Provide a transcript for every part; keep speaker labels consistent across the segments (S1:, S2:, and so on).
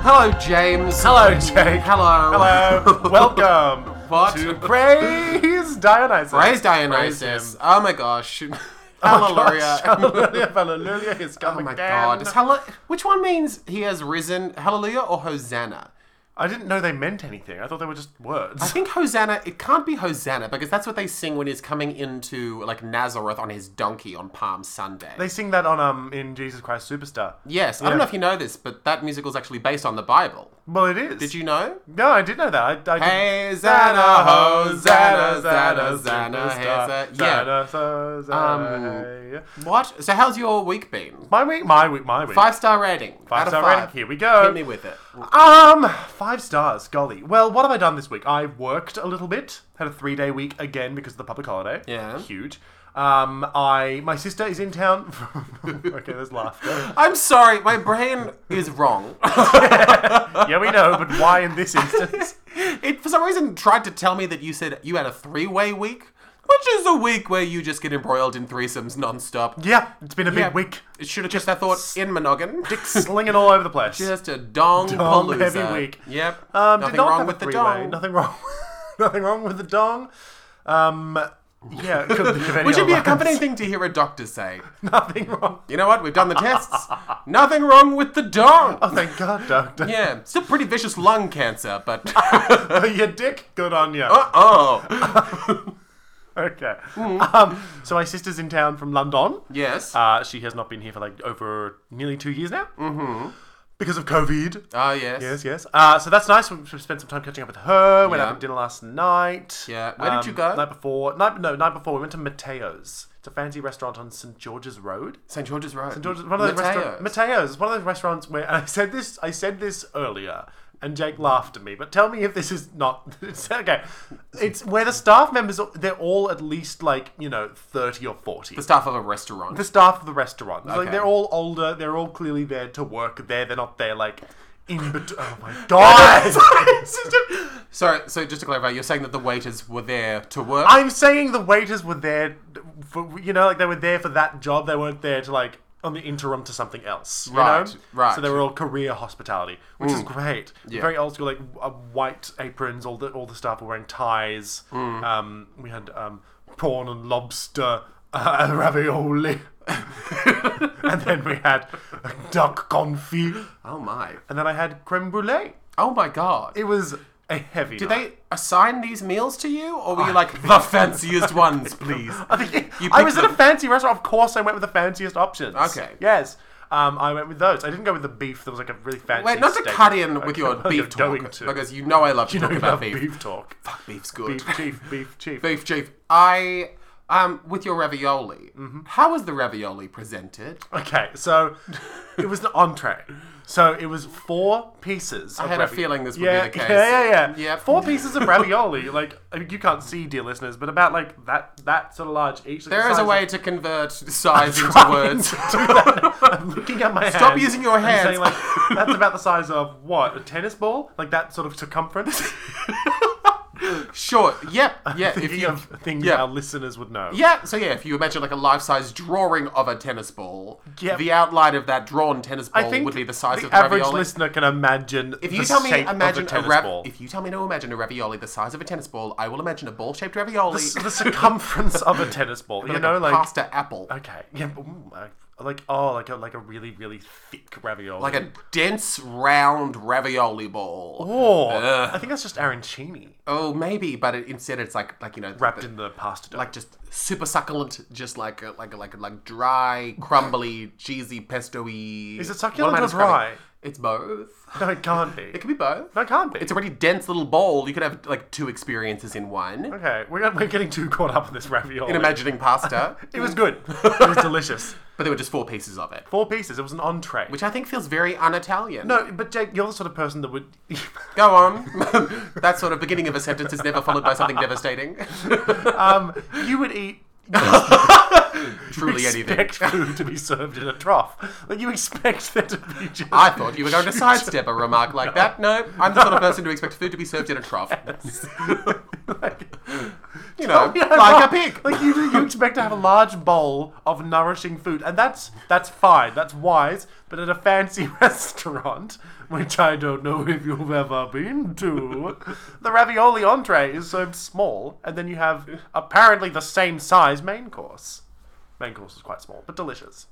S1: Hello, James.
S2: Hello, Jake.
S1: Hello.
S2: Hello. Welcome
S1: What?
S2: to Praise Dionysus.
S1: Praise Dionysus.
S2: him.
S1: oh my gosh. Hallelujah.
S2: Oh my gosh, hallelujah. Hallelujah. He's
S1: Oh
S2: coming
S1: my
S2: again.
S1: god. Is hallel- Which one means he has risen? Hallelujah or Hosanna?
S2: I didn't know they meant anything. I thought they were just
S1: I
S2: words.
S1: think Hosanna, it can't be Hosanna because that's what they sing when he's coming into like Nazareth on his donkey on Palm Sunday.
S2: They sing that on um in Jesus Christ Superstar.
S1: yes, I don't know if you know this, but that musical is actually based on the Bible.
S2: Well, it is.
S1: Did you know?
S2: No, I did know that. I, I didn't-
S1: Hey, Zanna, Hosanna, Zanna, Zanna, hey, Zanna. Yeah. Um,
S2: Zanna, Zanna, Zanna, yeah.
S1: What? So, how's your week been?
S2: My week, my week, my week.
S1: Five star rating.
S2: Five
S1: Out of
S2: star
S1: five.
S2: rating. Here we go.
S1: Hit me with it.
S2: Um, five stars, golly. Well, what have I done this week? I worked a little bit. Had a three day week again because of the public holiday.
S1: Yeah.
S2: Huge. Um, I my sister is in town. okay, there's laughter.
S1: I'm sorry, my brain is wrong.
S2: Yeah, we know, but why in this instance?
S1: it for some reason tried to tell me that you said you had a three way week, which is a week where you just get embroiled in threesomes nonstop.
S2: Yeah, it's been a big
S1: Yeah.
S2: week.
S1: It should have just that thought in Monogan.
S2: Slinging all over the place.
S1: Just a dong,
S2: Dong
S1: palooza.
S2: heavy week.
S1: Yep.
S2: Um,
S1: Nothing
S2: did not
S1: wrong
S2: have
S1: with
S2: a
S1: the
S2: three-way.
S1: dong.
S2: Nothing wrong. nothing wrong with the dong. Um, yeah, couldn't think of any
S1: Which would be a
S2: other words.
S1: comforting thing to hear a doctor say.
S2: Nothing wrong.
S1: You know what? We've done the tests. Nothing wrong with the dong.
S2: Oh, thank God, doctor.
S1: Yeah, still pretty vicious lung cancer, but
S2: Oh, your dick. Good on you.
S1: oh,
S2: Okay.
S1: Mm.
S2: Um, so my sister's in town from London.
S1: yes. Oh
S2: Uh, she has not been here for like over nearly two years now. Mm-hmm. Because of COVID.
S1: Ah, yes.
S2: Yes, yes. Uh, so that's nice. We we spent some time catching up with her. Went
S1: Yeah.
S2: out for dinner last night. Um,
S1: Yeah. Where did you go?
S2: Night before. Night, no, night before. We went to Mateo's. It's a fancy restaurant on St George's Road.
S1: St George's Road. St
S2: George's, one of those restaurants. Mateo's. One of those restaurants where and I said this. I said this earlier, and Jake laughed at me. But tell me if this is not it's, okay. It's where the staff members are- they're all at least like you know thirty or forty.
S1: the staff of a restaurant.
S2: The staff of the restaurant. It's Like
S1: Okay.
S2: they're all older. They're all clearly there to work there. They're not there like in between. Oh my god! It's just a-
S1: Sorry, so just to clarify, you're saying that the waiters were there to work?
S2: I'm saying the waiters were there for you know, like they were there for that job. They weren't there to like on the interim to something else. You
S1: Right,
S2: know?
S1: right. Mm.
S2: So they were all career hospitality, which is great.
S1: Yeah.
S2: Very old school, like uh, white aprons. All the all the staff were wearing ties.
S1: Mm.
S2: Um, we had um, prawn and lobster uh, ravioli. and then we had duck confit,
S1: oh my.
S2: and then I had creme brulee.
S1: Oh my god.
S2: It was a heavy.
S1: Did they assign these meals to you? Or were you like, the fanciest ones, please?
S2: I think
S1: You
S2: I was
S1: picked
S2: at a fancy restaurant. Of course, I went with the fanciest options.
S1: Okay.
S2: Yes. Um, I went with those. I didn't go with the beef. That was like a really fancy.
S1: Wait, not to
S2: steak.
S1: cut in with
S2: Okay,
S1: your
S2: well, you're
S1: beef
S2: going
S1: talk,
S2: to.
S1: because you know I love to
S2: you know
S1: talk about
S2: beef.
S1: beef.
S2: talk.
S1: Fuck, beef's good.
S2: Beef chief, beef chief.
S1: beef, chief. I, um, with your ravioli,
S2: Mm-hmm.
S1: how was the ravioli presented?
S2: Okay, so it was an entree. So it was four pieces.
S1: I had a feeling this would
S2: yeah,
S1: be the case.
S2: Yeah, yeah, yeah.
S1: Yep.
S2: Four pieces of ravioli. Like I mean, you can't see, dear listeners, but about like that that sort of large each. like,
S1: There
S2: the
S1: is a
S2: size
S1: way
S2: of-
S1: to convert size into
S2: trying
S1: words.
S2: to do that. I'm looking at my
S1: Stop
S2: hand
S1: using your
S2: and
S1: hands.
S2: saying, like, that's about the size of what a tennis ball, like that sort of circumference.
S1: Sure. Yep. Yeah. If
S2: Thinking
S1: you
S2: of things
S1: yeah.
S2: our listeners would know.
S1: Yeah, so yeah, if you imagine like a life-size drawing of a tennis ball,
S2: Yep.
S1: the outline of that drawn tennis
S2: I
S1: ball
S2: think
S1: would be the size of the
S2: average
S1: ravioli.
S2: listener can imagine.
S1: if you
S2: the
S1: tell me
S2: shape
S1: imagine
S2: of
S1: a,
S2: a tennis
S1: rav-
S2: ball.
S1: if you tell me to imagine a ravioli the size of a tennis ball, I will imagine a ball-shaped ravioli,
S2: S- the circumference of a tennis ball, you
S1: like
S2: know,
S1: a
S2: like
S1: pasta apple,
S2: okay, yeah, but, mm, like- like oh, like a like a really really thick ravioli,
S1: like a dense round ravioli ball.
S2: oh,
S1: Ugh.
S2: I think that's just arancini
S1: Oh, maybe, but it, instead it's like like you know
S2: wrapped
S1: the-
S2: in the pasta. dough.
S1: like just super succulent, just like a, like a, like a, like dry, crumbly, cheesy, pesto-y.
S2: Is it
S1: What
S2: succulent
S1: am I
S2: or
S1: describing?
S2: dry?
S1: It's both.
S2: no, it can't be.
S1: It can be both.
S2: no, it can't be.
S1: It's a pretty dense little bowl. You could have like two experiences in one.
S2: Okay, we're, we're getting too caught up in this ravioli.
S1: In imagining pasta,
S2: it was good. it was delicious.
S1: but there were just four pieces of it,
S2: Four pieces. It was an entree.
S1: which I think feels very un-Italian.
S2: no, but Jake, you're the sort of person that would.
S1: go on. that sort of beginning of a sentence is never followed by something devastating.
S2: um, you would eat.
S1: Truly anything.
S2: expect food to be served in a trough. Like you expect there to be just.
S1: I thought you were going to sidestep a remark like that. No, I'm the sort of person to expect food to be served in a trough.
S2: like,
S1: you know,
S2: Yeah,
S1: like a
S2: right.
S1: pig.
S2: Like you, you expect to have a large bowl of nourishing food, and that's that's fine, that's wise. But at a fancy restaurant, which I don't know if you've ever been to, the ravioli entree is served small, and then you have apparently the same size main course. Main course is quite small, but delicious.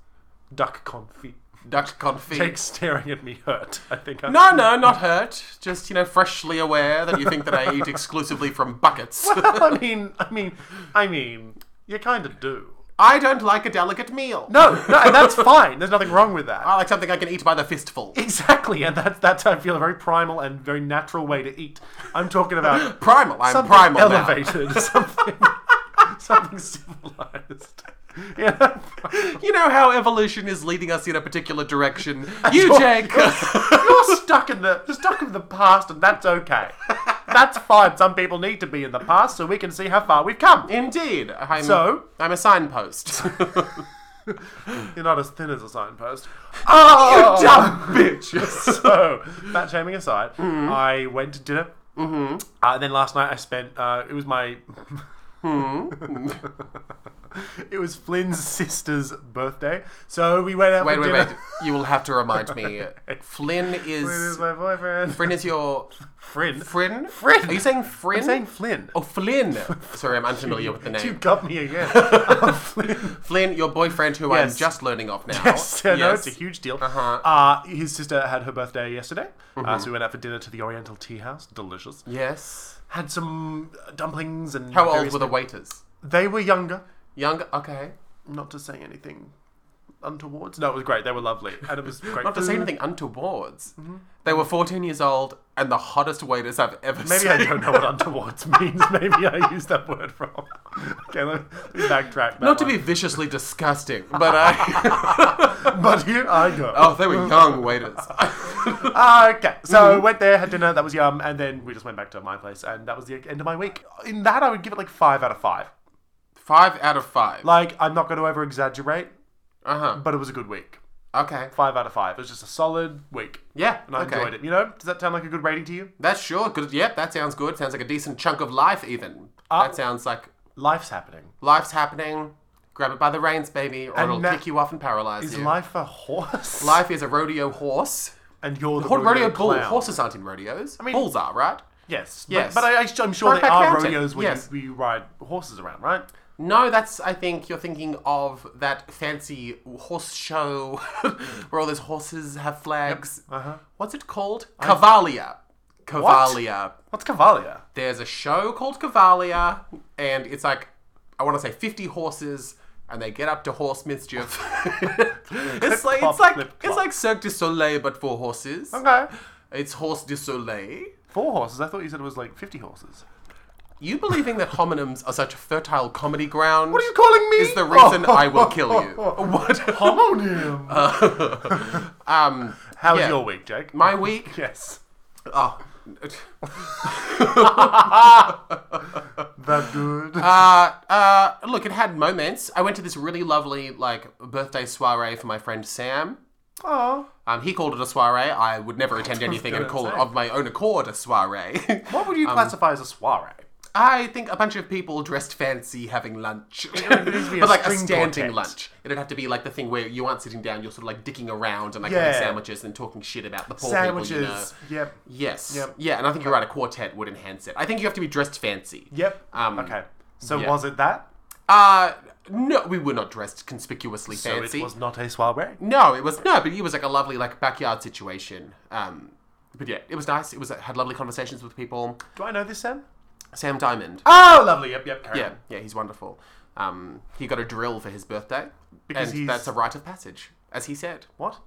S2: Duck confit.
S1: Duck confit.
S2: Jake staring at me hurt. I think I'm
S1: no, no, not hurt. Just, you know, freshly aware that you think that I eat exclusively from buckets.
S2: I mean, I mean, I mean, you kind of do.
S1: I don't like a delicate meal.
S2: No, no, and that's fine. There's nothing wrong with that.
S1: I like something I can eat by the fistful.
S2: Exactly, and that's that's I feel a very primal and very natural way to eat. I'm talking about
S1: Primal. I'm
S2: something
S1: primal now.
S2: elevated, something something civilized. Yeah,
S1: You know how evolution is leading us in a particular direction. You, Jake.
S2: you're stuck in the stuck in the past, and that's okay. That's fine. Some people need to be in the past so we can see how far we've come.
S1: Indeed. I'm,
S2: So?
S1: I'm a signpost.
S2: You're not as thin as a signpost. Oh,
S1: Dumb bitch. Mm-hmm.
S2: so fat shaming aside, I went to dinner. Mm-hmm. Uh, and then last night I spent. Uh, it was my.
S1: Mm-hmm.
S2: it was Flynn's sister's birthday, so we went out
S1: Wait,
S2: for
S1: wait,
S2: dinner.
S1: wait. You will have to remind me. Flynn
S2: Flynn is
S1: is.
S2: my boyfriend.
S1: Flynn is your.
S2: Friend.
S1: Frin?
S2: Frin.
S1: Are you saying Frin?
S2: I'm saying Flynn.
S1: Oh, Flynn. Sorry, I'm unfamiliar with the
S2: you
S1: name.
S2: got me again. Oh, Flynn.
S1: Flynn, your boyfriend, who
S2: Yes.
S1: I'm just learning of now.
S2: Yes, I know, it's a
S1: Yes.
S2: huge deal.
S1: Uh-huh. Mm-hmm.
S2: Uh, his sister had her birthday yesterday, uh, so we went out for dinner to the Oriental Tea House. Delicious.
S1: Yes.
S2: Had some dumplings and.
S1: How old
S2: various
S1: were the waiters?
S2: They were younger.
S1: Younger? Okay.
S2: Not to say anything untowards. No, it was great. They were lovely, and it was great.
S1: Not to say
S2: food. Mm-hmm.
S1: anything untowards. They were 14 years old and the hottest waiters I've ever
S2: Maybe
S1: seen.
S2: I don't know what untowards means. Maybe I used that word wrong. Okay, let me, let me backtrack. That
S1: Not to
S2: one.
S1: be viciously disgusting, but I.
S2: but here I go.
S1: oh, they were young waiters.
S2: Ah, okay, so went there, had dinner. That was yum, and then we just went back to my place, and that was the end of my week. In that, I would give it like five out of five.
S1: five out of five.
S2: Like I'm not going to over exaggerate,
S1: Uh
S2: but it was a good week.
S1: huh. Okay.
S2: Five out of five. It was just a solid week,
S1: Yeah.
S2: and I
S1: okay.
S2: enjoyed it. You know, does that sound like a good rating to you?
S1: That's sure. Good. Yep, that sounds good. Sounds like a decent chunk of life, even.
S2: Uh,
S1: that sounds like
S2: Life's happening.
S1: life's happening. Grab it by the reins, baby, or it'll
S2: that-
S1: kick you off and paralyze
S2: Is
S1: you.
S2: life a horse?
S1: Life is a rodeo horse.
S2: and you're the
S1: What
S2: rodeo,
S1: rodeo bull?
S2: clown.
S1: Horses aren't in rodeos.
S2: mean-
S1: bulls are, right?
S2: Yes,
S1: Yes.
S2: But, but I, I, am sure
S1: Right
S2: there
S1: back
S2: are
S1: mountain,
S2: rodeos where,
S1: yes.
S2: you, where you ride horses around, right?
S1: No, that's. I think you're thinking of that fancy horse show where all those horses have flags.
S2: Uh-huh.
S1: What's it called? Cavalia. Cavalia.
S2: What's Cavalia?
S1: There's a show called Cavalia, and it's like I want to say 50 horses, and they get up to horse mischief. it's like
S2: clop,
S1: it's like
S2: clip, clop.
S1: it's like Cirque du Soleil, but for horses.
S2: Okay.
S1: It's Horse du Soleil.
S2: Four horses. I thought you said it was like 50 horses.
S1: You believing that homonyms are such a fertile comedy ground?
S2: What are you calling me?
S1: Is the reason I will kill you. What?
S2: Homonym.
S1: Um,
S2: How was
S1: yeah.
S2: your week, Jake?
S1: my week.
S2: Yes.
S1: Oh.
S2: That good.
S1: Uh, uh, look, it had moments. I went to this really lovely like birthday soiree for my friend Sam.
S2: oh.
S1: Um, he called it a soiree. I would never attend anything and
S2: gonna
S1: call it
S2: say.
S1: of my own accord a soiree.
S2: What would you classify as a soiree?
S1: I think a bunch of people dressed fancy having lunch.
S2: needs to be a
S1: but like a
S2: string
S1: standing
S2: quartet.
S1: lunch. It'd have to be like the thing where you aren't sitting down, you're sort of like dicking around and like
S2: Yeah.
S1: having sandwiches and talking shit about the poor
S2: Sandwiches.
S1: people, you know.
S2: Yep.
S1: Yes.
S2: Yep.
S1: Yeah, and I think you're right, a quartet would enhance it. I think you have to be dressed fancy.
S2: Yep.
S1: Um,
S2: okay. So
S1: yeah.
S2: was it that?
S1: Uh no, we were not dressed conspicuously
S2: So
S1: fancy.
S2: it was not a soiree.
S1: No, it was no, but it was like a lovely like backyard situation. Um, but yeah, it was nice. It was uh, had lovely conversations with people.
S2: Do I know this, Sam?
S1: Sam Diamond,
S2: Oh, lovely. Yep, yep. Carry
S1: yeah,
S2: on.
S1: yeah, he's wonderful. Um, he got a drill for his birthday
S2: Because
S1: and
S2: he's-
S1: that's a rite of passage, as he said.
S2: What?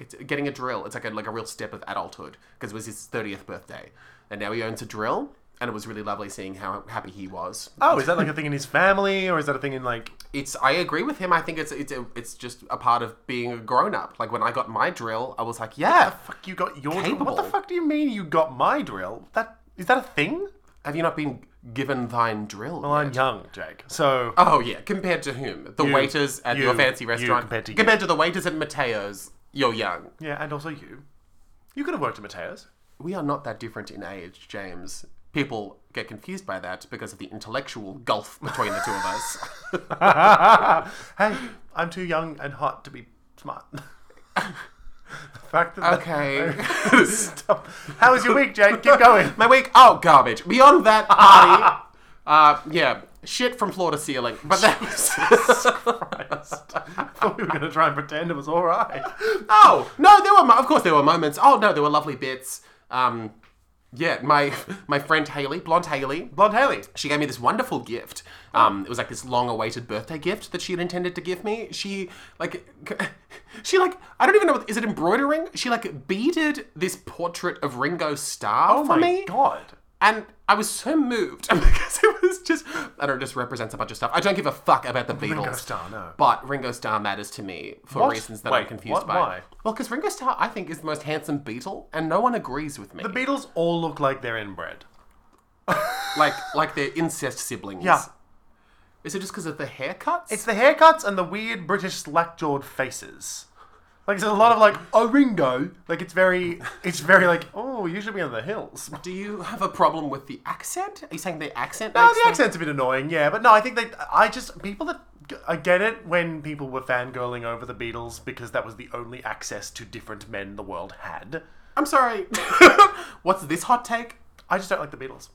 S1: It's getting a drill. It's like a like a real step of adulthood because it was his thirtieth birthday, and now he owns a drill. And it was really lovely seeing how happy he was.
S2: Oh, is that like a thing in his family, or is that a thing in like
S1: It's I agree with him. I think it's it's it's just a part of being a grown up. Like when I got my drill, I was like, yeah.
S2: "Ah, Fuck, you got your drill. What the
S1: Capable.
S2: fuck do you mean you got my drill? That is that a thing?
S1: Have you not been given thine drill?
S2: Well, I'm young, Jake. So
S1: Oh yeah, compared to whom? The waiters at
S2: you-
S1: your fancy
S2: you
S1: restaurant.
S2: compared to you.
S1: the waiters at Mateo's, you're young.
S2: yeah, and also you, you could have worked at Mateo's.
S1: We are not that different in age, James. people get confused by that because of the intellectual gulf between the two of us.
S2: hey, I'm too young and hot to be smart. the fact that
S1: Okay.
S2: Stop. How was your week, Jake? Keep going.
S1: My week, oh, garbage. Beyond that, I, uh, yeah, shit from floor to ceiling. But that was.
S2: Christ. I thought we were going to try and pretend it was all right.
S1: Oh no, there were mo- of course there were moments. Oh no, there were lovely bits. Um, yeah, my my friend Haley, blonde Haley,
S2: Blonde Haley.
S1: she gave me this wonderful gift. Um, it was like this long-awaited birthday gift that she had intended to give me. She like, she like, I don't even know. What, is it embroidering? She like beaded this portrait of Ringo Starr
S2: Oh
S1: for
S2: my
S1: me.
S2: god.
S1: And I was so moved because it was just, I don't know, it just represents a bunch of stuff. I don't give a fuck about the Beatles.
S2: Starr, no.
S1: But Ringo Starr matters to me for
S2: What?
S1: reasons that I'm
S2: Wait,
S1: confused
S2: what?
S1: by.
S2: Why?
S1: Well, because Ringo Starr, I think, is the most handsome Beatle, and no one agrees with me.
S2: The Beatles all look like they're inbred.
S1: like, like they're incest siblings.
S2: Yeah.
S1: Is it just because of the haircuts?
S2: It's the haircuts and the weird British slack-jawed faces. Like there's a lot of like, oh Ringo. Like it's very, it's very like, oh, you should be on the hills.
S1: Do you have a problem with the accent? Are you saying the accent?
S2: No,
S1: makes
S2: the
S1: them-
S2: accent's a bit annoying, yeah, but no, I think they. I just people that I get it when people were fangirling over the Beatles because that was the only access to different men the world had.
S1: I'm sorry. What's this hot take?
S2: I just don't like the Beatles.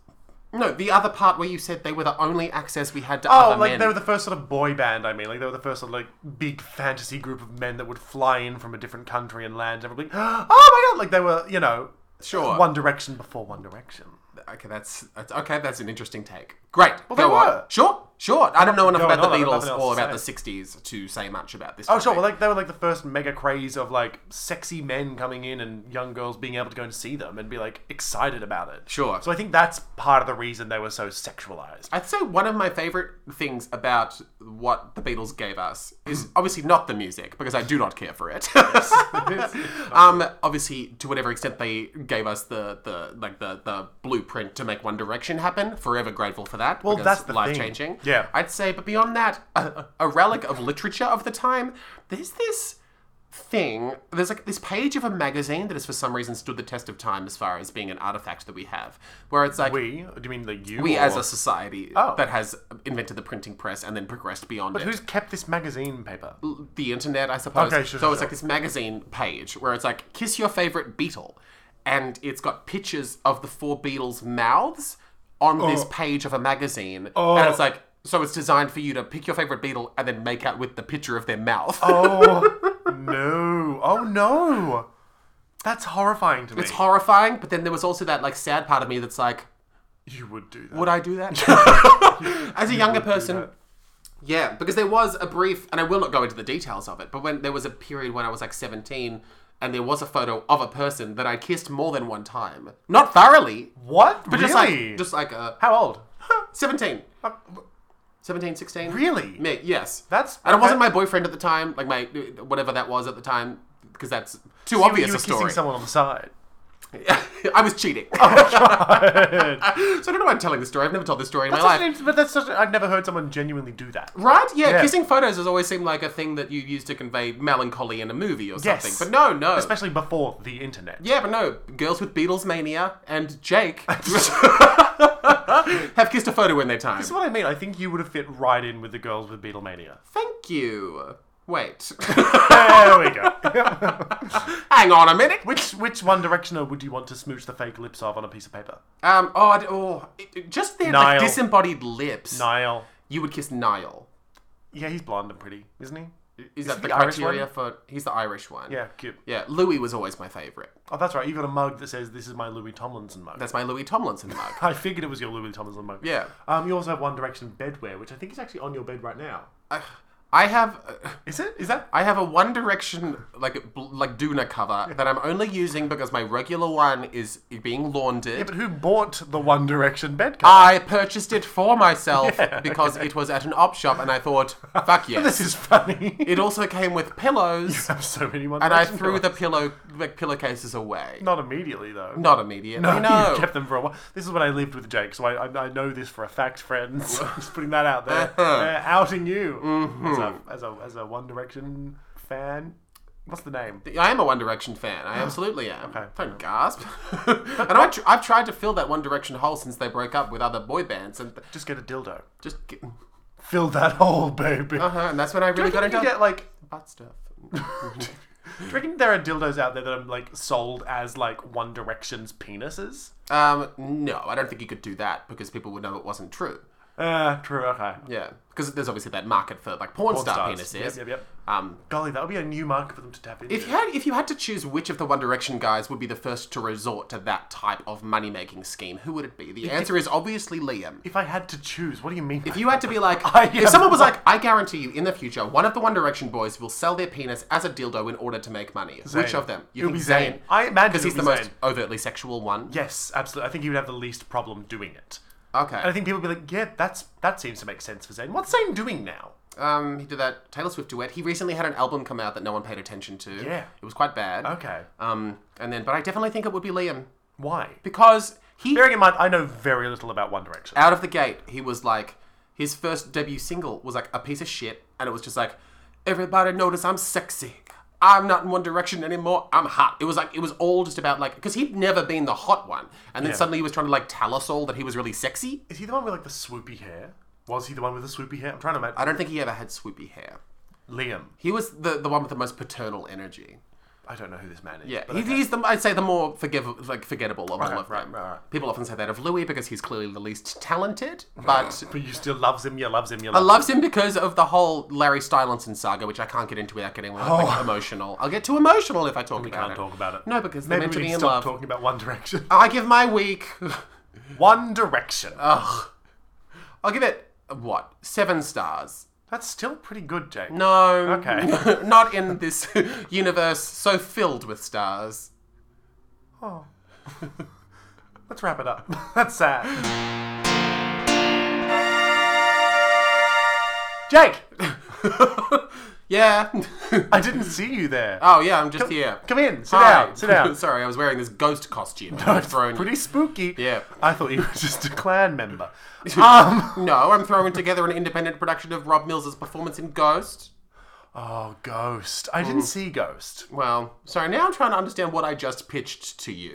S1: No, the other part where you said they were the only access we had to
S2: Oh,
S1: other
S2: like
S1: men.
S2: they were the first sort of boy band. I mean, like they were the first sort of like big fantasy group of men that would fly in from a different country and land. And everybody, oh my god! Like they were, you know,
S1: Sure.
S2: One Direction before One Direction.
S1: Okay, that's, that's okay. That's an interesting take. Great. Well,
S2: they
S1: go on.
S2: were.
S1: Sure, sure. I don't know enough
S2: Go on,
S1: about the
S2: I've got
S1: Beatles
S2: nothing else
S1: or
S2: to
S1: about the
S2: say.
S1: '60s to say much about this.
S2: Oh sure, well like they were like the first mega craze of like sexy men coming in and young girls being able to go and see them and be like excited about it.
S1: Sure.
S2: So I think that's part of the reason they were so sexualized.
S1: I'd say one of my favorite things about what the Beatles gave us is obviously not the music because I do not care for it. um, obviously, to whatever extent they gave us the, the like the, the blueprint to make One Direction happen, forever grateful for that. Well,
S2: that's the thing.
S1: life changing.
S2: Yeah.
S1: I'd say. But beyond that, a, a relic of literature of the time. There's this thing. There's like this page of a magazine that has for some reason stood the test of time as far as being an artifact that we have, where it's like.
S2: We? Do you mean the you?
S1: We
S2: or-
S1: as a society
S2: Oh.
S1: that has invented the printing press and then progressed beyond it.
S2: Who's kept this magazine paper?
S1: the internet, I suppose.
S2: Okay, sure,
S1: so
S2: sure,
S1: it's like this magazine page where it's like kiss your favorite beetle, and it's got pictures of the four beetles' mouths on
S2: Oh.
S1: this page of a magazine, and it's like so it's designed for you to pick your favorite beetle and then make out with the picture of their mouth.
S2: Oh no. Oh no. That's horrifying to me.
S1: it's horrifying, but then there was also that like sad part of me that's like,
S2: you would do that.
S1: would I do that? As a younger person, Yeah, because there was a brief, and I will not go into the details of it, but when there was a period when I was like 17 and there was a photo of a person that I kissed more than one time. Not thoroughly,
S2: What?
S1: but
S2: really?
S1: just like, just like uh, a
S2: How old?
S1: 17. 17, 16.
S2: Really?
S1: Me, yes.
S2: That's
S1: and it wasn't
S2: okay.
S1: my boyfriend at the time, like my, whatever that was at the time, because that's too
S2: You-
S1: obvious
S2: you were
S1: a story.
S2: kissing Oh, someone on the side.
S1: I was cheating. so I don't know why I'm telling this story. I've never told this story in my life.
S2: Such an- but that's such a, I've never heard someone genuinely do that.
S1: Right? Yeah,
S2: Yeah.
S1: kissing photos has always seemed like a thing that you use to convey melancholy in a movie or
S2: Yes.
S1: something. But no, no.
S2: Especially before the internet.
S1: yeah, but no. Girls with Beatles mania and Jake have kissed a photo in their time.
S2: That's what I mean. I think you would have fit right in with the girls with Beatlemania.
S1: Thank you. Wait.
S2: There we go.
S1: Hang on a minute.
S2: which which One Directioner would you want to smooch the fake lips of on a piece of paper?
S1: Um. Oh. I'd- oh it- it- just their like,
S2: Niall.
S1: disembodied lips.
S2: Niall.
S1: You would kiss Niall.
S2: Yeah, he's blonde and pretty, isn't he?
S1: Is,
S2: he
S1: that the,
S2: the Irish
S1: criteria
S2: one?
S1: for? He's the Irish one.
S2: Yeah, cute.
S1: Yeah. Louis was always my favorite.
S2: Oh, that's right. You've got a mug that says, "This is my Louis Tomlinson mug."
S1: That's my Louis Tomlinson mug.
S2: I figured it was your Louis Tomlinson mug.
S1: Yeah.
S2: Um, you also have One Direction bedwear, which I think is actually on your bed right now.
S1: I, I have. uh,
S2: Is it? Is that?
S1: I have a One Direction like bl- like Duna cover that I'm only using because my regular one is being laundered.
S2: Yeah, but who bought the One Direction bed cover?
S1: I purchased it for myself because it was at an op shop, and I thought, "Fuck yes!"
S2: this is funny.
S1: it also came with pillows,
S2: I have so many One
S1: and I
S2: Direction
S1: threw
S2: covers.
S1: the pillow like pillowcases away.
S2: Not immediately though.
S1: Not immediately. No,
S2: You kept them for a while. This is when I lived with Jake, so I, I, I know this for a fact, friends. Just putting that Uh-huh. Mm-hmm. out there. They're outing you as, a, as, a, as a One Direction fan. What's the name?
S1: I am a One Direction fan. I absolutely am.
S2: Ah, Okay.
S1: Don't gasp. and I tr- I've tried to fill that One Direction hole since they broke up with other boy bands, and th-
S2: Just get a dildo.
S1: just get- uh-huh.
S2: Fill that hole, baby.
S1: And that's when I really
S2: do Uh, you
S1: got
S2: reckon
S1: into
S2: you can get like?
S1: butt stuff.
S2: Do you reckon there are dildos out there that are like sold as like One Direction's penises?
S1: Um, no, I don't think you could do that because people would know it wasn't true.
S2: Uh, true. Okay.
S1: Yeah, because there's obviously that market for like porn, star
S2: stars.
S1: penises.
S2: Yep, yep, yep.
S1: Um,
S2: Golly, that would be a new market for them to tap into.
S1: if you had if you had to choose which of the One Direction guys would be the first to resort to that type of money making scheme, who would it be? The answer is obviously Liam.
S2: If I had to choose, what do you mean?
S1: If you had to be like,
S2: I am
S1: if someone was like, I guarantee you, in the future, one of the One Direction boys will sell their penis as a dildo in order to make money. Which of them? You
S2: It'll
S1: think
S2: be Zayn. I imagine
S1: because he's the
S2: it'll be
S1: most
S2: Zayn.
S1: overtly sexual one.
S2: Yes, absolutely. I think you would have the least problem doing it. And I
S1: Okay.
S2: think people would be like, yeah, that's that seems to make sense for Zayn. What's Zayn doing now?
S1: Um, he did that Taylor Swift duet. He recently had an album come out that no one paid attention to.
S2: Yeah.
S1: It was quite bad.
S2: Okay.
S1: Um, and then, but I definitely think it would be Liam
S2: Why?
S1: because he,
S2: Bearing in mind, I know very little about One Direction.
S1: out of the gate, he was like, his first debut single was like a piece of shit, and it was just like, everybody notice I'm sexy. I'm not in One Direction anymore. I'm hot. It was like it was all just about like because he'd never been the hot one, and then suddenly he was trying to like tell us all that he was really sexy.
S2: Is he the one with like the swoopy hair? Was he the one with the swoopy hair? I'm trying to imagine.
S1: I don't think he ever had swoopy hair.
S2: Liam.
S1: He was the the one with the most paternal energy.
S2: I don't know who this man is.
S1: Yeah,
S2: but
S1: he, he's the I'd say the more forgiv like forgettable of all of
S2: right,
S1: them.
S2: right, right.
S1: People often say that of Louis because he's clearly the least talented, but
S2: But you still loves him. You loves him. You
S1: I
S2: loves.
S1: loves him because of the whole Larry Stylinson saga, which I can't get into without getting like, emotional. I'll get too emotional if I talk about
S2: Oh. can't
S1: it.
S2: talk about it.
S1: No, because they're
S2: Maybe
S1: meant
S2: we
S1: to
S2: can
S1: be in
S2: stop
S1: love.
S2: talking about One Direction.
S1: I give my week.
S2: One Direction.
S1: I'll give it what seven stars.
S2: That's still pretty good, Jake.
S1: No,
S2: Okay.
S1: not in this universe so filled with stars.
S2: Let's wrap it up. That's sad. Jake,
S1: Yeah.
S2: I didn't see you there.
S1: oh yeah, I'm just here.
S2: Come in. Sit
S1: Hi.
S2: down. Sit down.
S1: Sorry, I was wearing this ghost costume. No, I'm thrown.
S2: Pretty spooky.
S1: Yeah.
S2: I thought you were just a clan member. Um.
S1: No, I'm throwing together an independent production of Rob Mills' performance in Ghost.
S2: Oh, Ghost. I
S1: Mm.
S2: didn't see Ghost.
S1: Well, sorry, now I'm trying to understand what I just pitched to you.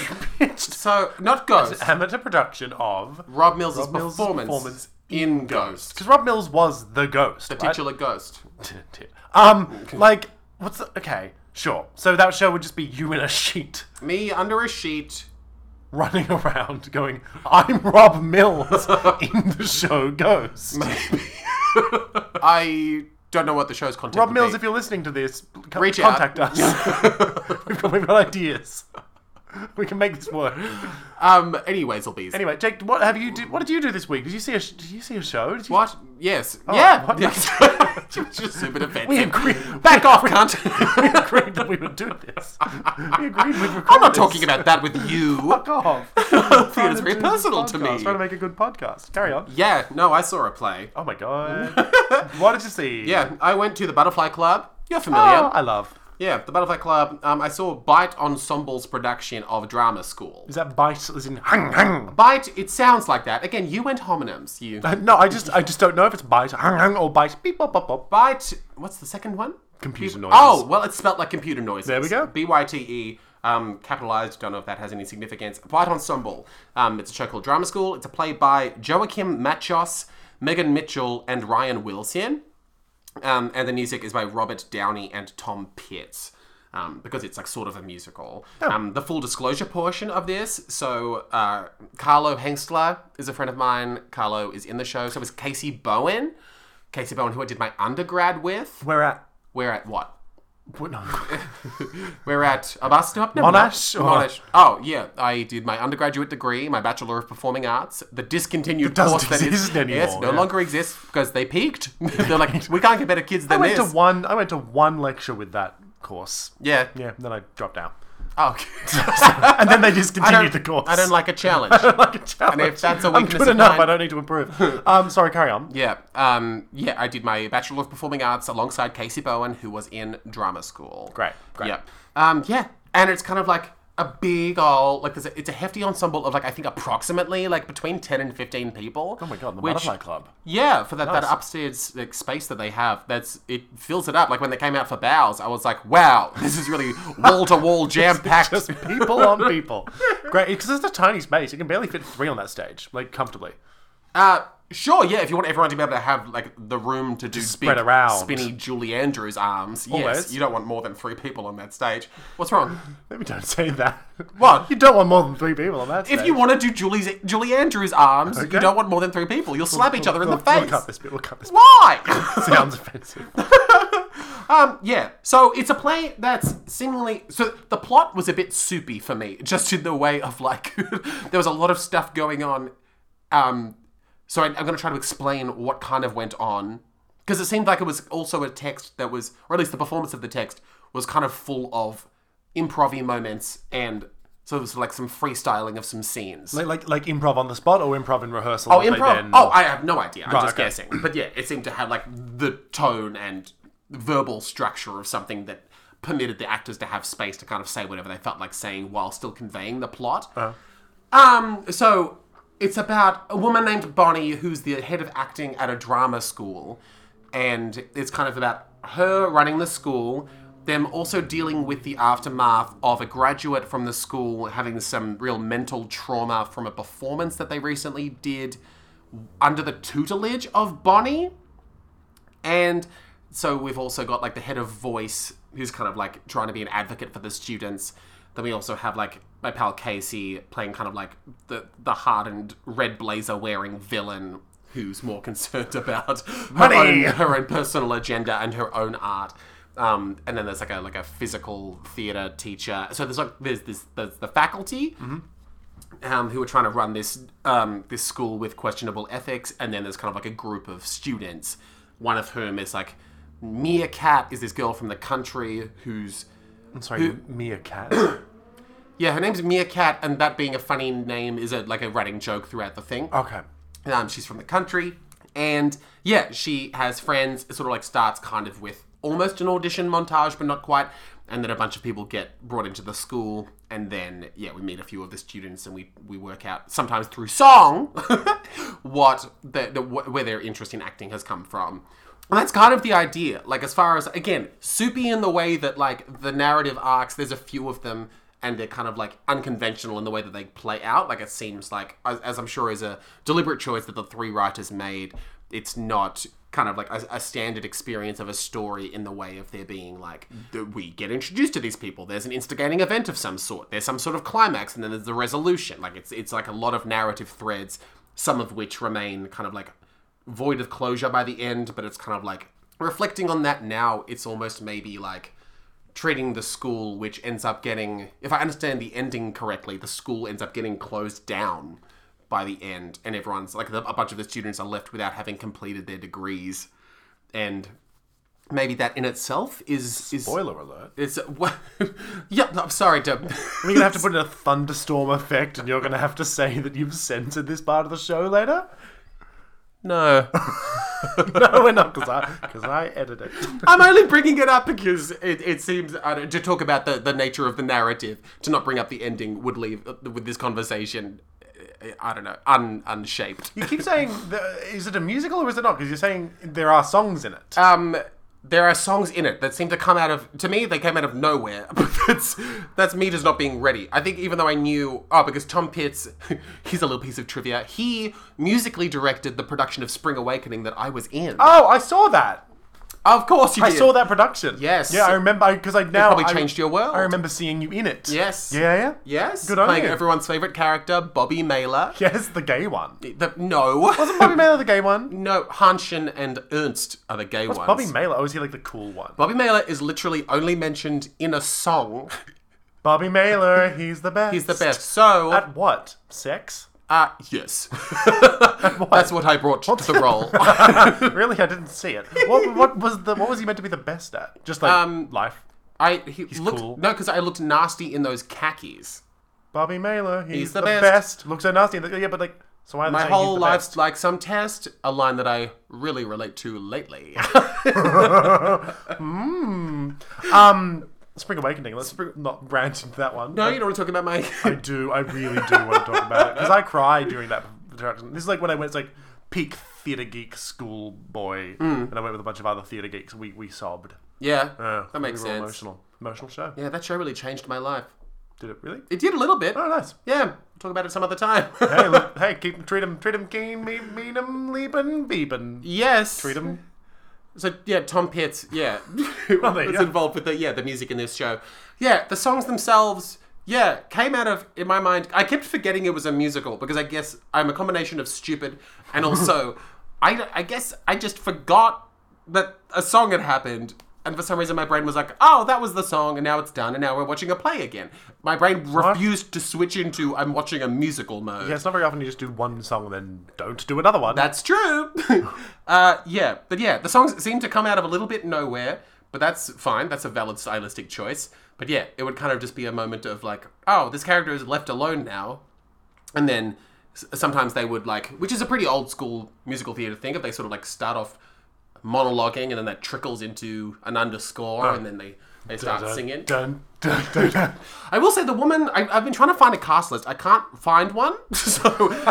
S1: so, not Ghost,
S2: Amateur production of
S1: Rob Mills'
S2: Mills'
S1: performance,
S2: performance
S1: in Ghost.
S2: because Rob Mills was the Ghost. right?
S1: Titular Ghost.
S2: um. Like, what's the, okay? Sure. So that show would just be you in a sheet.
S1: Me under a sheet.
S2: running around going, I'm Rob Mills in the show Ghost.
S1: I don't know what the show's content
S2: Rob
S1: would
S2: Mills,
S1: be.
S2: if you're listening to this, co-
S1: Reach out.
S2: contact us. we've, got, we've got ideas. We can make this work.
S1: Um, anyways, will be.
S2: Anyway, Jake, what have you? Do, what did you do this week? Did you see a? sh- Did you see a show? Did you,
S1: What? Yes. yeah.
S2: Oh, what?
S1: Yes. It's just super defensive.
S2: We agreed.
S1: Back off,
S2: We
S1: cunt.
S2: agreed that we would do this. We agreed we'd record
S1: I'm not
S2: this.
S1: talking about that with you.
S2: Fuck off.
S1: think it's very personal to me.
S2: Trying to make a good podcast. Carry on.
S1: Yeah, no, I saw a play.
S2: Oh my god. what did you see?
S1: Yeah, I went to the Butterfly Club. You're familiar.
S2: Oh, I love.
S1: Yeah, the Butterfly Club. Um, I saw Bite Ensemble's production of Drama School.
S2: Is that bite? Is in hang hang? Uh,
S1: Bite, it sounds like that. Again, you went homonyms. You
S2: No, I just I just don't know if it's bite hang hang or bite beep bop bop bop.
S1: Bite. What's the second one?
S2: Computer noises.
S1: Oh, well, it's spelt like computer noises. There
S2: we go.
S1: B Y T E. Um, capitalized. Don't know if that has any significance. Bite Ensemble. Um, it's a show called Drama School. It's a play by Joachim Machos, Megan Mitchell, and Ryan Wilson. Um, and the music is by Robert Downey and Tom Pitts. Um, because it's like sort of a musical.
S2: Oh.
S1: Um, the full disclosure portion of this. So uh, Carlo Hengstler is a friend of mine. Carlo is in the show. So is Casey Bowen. Casey Bowen, who I did my undergrad with.
S2: We're at
S1: We're at what?
S2: what, no.
S1: We're at a bus stop. No,
S2: Monash,
S1: no.
S2: or-
S1: Monash. Oh yeah, I did my undergraduate degree, my Bachelor of Performing Arts. The discontinued
S2: doesn't
S1: course that is-
S2: exist anymore,
S1: Yes, no
S2: yeah.
S1: longer exists because they peaked. They're like, we can't get better kids
S2: I
S1: than
S2: went
S1: this.
S2: to one. I went to one lecture with that course.
S1: yeah.
S2: Yeah, then I dropped out,
S1: Oh, okay.
S2: and then they
S1: I don't,
S2: discontinued the course.
S1: I don't like a challenge.
S2: I don't like a challenge.
S1: if that's a
S2: I'm
S1: weakness
S2: good
S1: of
S2: enough.
S1: mine-
S2: I don't need to improve. um, sorry, carry on.
S1: yeah. Um, yeah, I did my Bachelor of Performing Arts alongside Casey Bowen, who was in drama school.
S2: Great, great.
S1: Yeah. Um, yeah. And it's kind of like a big old like there's a, it's a hefty ensemble of like I think approximately like between ten and fifteen people.
S3: Oh my god, the
S1: which-
S3: Butterfly Club.
S1: Yeah, for that, that upstairs like space that they have, that's it fills it up. Like when they came out for bows, I was like, wow, this is really wall to wall jam packed.
S2: Just people on people. Great, because it's a tiny space. It can barely fit three on that stage, like comfortably.
S1: Uh, sure, yeah. If you want everyone to be able to have like the room to do
S2: spread
S1: big,
S2: around.
S1: spinny Julie Andrews arms, yes,
S2: Always.
S1: you don't want more than three people on that stage. What's wrong?
S2: Maybe don't say that.
S1: What?
S2: You don't want more than three people on that stage.
S1: If you want to do Julie's Julie Andrews arms, you
S2: Okay.
S1: don't want more than three people. You'll slap each other in the
S2: We'll- We'll
S1: face.
S2: cut this bit. We'll cut this bit.
S1: Why?
S2: Sounds offensive.
S1: Um, yeah. So it's a play that's seemingly so the plot was a bit soupy for me, just in the way of like there was a lot of stuff going on. Um, so I, I'm going to try to explain what kind of went on because it seemed like it was also a text that was, or at least the performance of the text was kind of full of improv moments and so it was like some freestyling of some scenes.
S2: Like, like, like improv on the spot or improv in rehearsal?
S1: Oh, improv. Oh, I have no idea. I'm
S2: Right,
S1: just
S2: okay.
S1: guessing. But yeah, it seemed to have like the tone and verbal structure of something that permitted the actors to have space to kind of say whatever they felt like saying while still conveying the plot.
S2: Uh-huh.
S1: Um, so it's about a woman named Bonnie who's the head of acting at a drama school, and it's kind of about her running the school. Them also dealing with the aftermath of a graduate from the school having some real mental trauma from a performance that they recently did under the tutelage of Bonnie. And so we've also got like the head of voice who's kind of like trying to be an advocate for the students. Then we also have like my pal Casey playing kind of like the the hardened red blazer wearing villain who's more concerned about her own,
S2: Money!
S1: her own personal agenda and her own art. Um, and then there's like a like a physical theater teacher. So there's like there's this there's the faculty um, who are trying to run this um, this school with questionable ethics, and then there's kind of like a group of students, one of whom is like Mia Cat is this girl from the country who's
S2: I'm sorry, Mia Cat.
S1: yeah, her name's Mia Cat, and that being a funny name is a like a running joke throughout the thing.
S2: okay.
S1: Um, she's from the country, and yeah, she has friends. It sort of like starts kind of with almost an audition montage, but not quite. And then a bunch of people get brought into the school, and then yeah, we meet a few of the students, and we we work out sometimes through song what the, the wh- where their interest in acting has come from. And that's kind of the idea. Like as far as again, soupy in the way that like the narrative arcs, there's a few of them and they're kind of like unconventional in the way that they play out. Like it seems like, as, as I'm sure is a deliberate choice that the three writers made, it's not kind of like a, a standard experience of a story in the way of there being like th- we get introduced to these people. There's an instigating event of some sort. There's some sort of climax, and then there's the resolution. Like it's it's like a lot of narrative threads, some of which remain kind of like void of closure by the end. But it's kind of like reflecting on that now. It's almost maybe like treating the school, which ends up getting, if I understand the ending correctly, the school ends up getting closed down by the end, and everyone's like the, a bunch of the students are left without having completed their degrees, and maybe that in itself is is
S3: Spoiler alert.
S1: is what? yeah, I'm sorry, Deb.
S2: We're going to have to put in a thunderstorm effect and you're going to have to say that you've censored this part of the show later?
S1: no,
S2: No, we're not, because I, 'cause I edit it.
S1: I'm only bringing it up because it, it seems I don't, to talk about the, the nature of the narrative. To not bring up the ending would leave uh, with this conversation. uh, I don't know, un, unshaped.
S2: You keep saying, the, is it a musical or is it not? Because you're saying there are songs in it.
S1: um, there are songs in it that seem to come out of to me they came out of nowhere. But that's that's me just not being ready. I think even though I knew oh because Tom Pitts, here's a little piece of trivia. He musically directed the production of Spring Awakening that I was in.
S2: oh, I saw that.
S1: of course you
S2: I
S1: did.
S2: saw that production.
S1: Yes.
S2: Yeah, I remember because I now
S1: probably
S2: I-
S1: changed your world.
S2: I remember seeing you in it.
S1: Yes.
S2: Yeah, yeah.
S1: Yes,
S2: Good on
S1: playing
S2: you.
S1: everyone's favorite character, Bobby Mailer.
S2: Yes, the gay one.
S1: The- no, wasn't
S2: Bobby Mailer, the gay one.
S1: no Hanschen and Ernst are the gay ones.
S2: Bobby Mailer. Oh, is he like the cool one?
S1: Bobby Mailer is literally only mentioned in a song.
S2: Bobby Mailer. He's the best.
S1: He's the best. So
S2: At what? Sex?
S1: Uh, yes. That's what I brought to the role.
S2: really? I didn't see it. What, what was the? What was he meant to be the best at? Just like
S1: Um,
S2: life.
S1: I he looked
S2: cool.
S1: no, because I looked nasty in those khakis.
S2: Bobby Mailer. He's,
S1: the
S2: the,
S1: best.
S2: best. Looks so nasty. Yeah, but like, so why are they
S1: My
S2: saying he's
S1: whole
S2: the
S1: life's
S2: best?
S1: like some test. A line that I really relate to lately.
S2: Um, Spring Awakening. Let's not rant into that one.
S1: No, you don't want to talk about my.
S2: I do. I really do want to talk about it because I cry during that production. This is like when I went. It's like peak theater geek schoolboy,
S1: Hmm.
S2: and I went with a bunch of other theater geeks. We we sobbed.
S1: yeah,
S2: Uh,
S1: that makes
S2: we were
S1: sense.
S2: Emotional, emotional show.
S1: Yeah, that show really changed my life.
S2: Did it really?
S1: It did a little bit.
S2: Oh, nice.
S1: Yeah, we'll talk about it some other time.
S2: hey, look, hey, keep treat him, treat him, keen, me, mean him, lieben, beeben.
S1: yes.
S2: Treat him.
S1: So yeah, Tom Pitts, yeah, was
S2: there you go.
S1: involved with the yeah the music in this show. Yeah, the songs themselves, yeah, came out of in my mind. I kept forgetting it was a musical because I guess I'm a combination of stupid and also, I I guess I just forgot that a song had happened. And for some reason, my brain was like, "Oh, that was the song, and now it's done, and now we're watching a play again." My brain refused to switch into "I'm watching a musical" mode.
S2: Yeah, it's not very often you just do one song and then don't do another one.
S1: That's true. uh, yeah, but yeah, the songs seem to come out of a little bit nowhere, but that's fine. That's a valid stylistic choice. But yeah, it would kind of just be a moment of like, oh, this character is left alone now, and then s- sometimes they would like, which is a pretty old school musical theater thing, if they sort of like start off monologuing and then that trickles into an underscore and then they they start
S2: Dun,
S1: singing.
S2: dun, dun, dun, dun.
S1: I will say the woman. I, I've been trying to find a cast list. I can't find one. So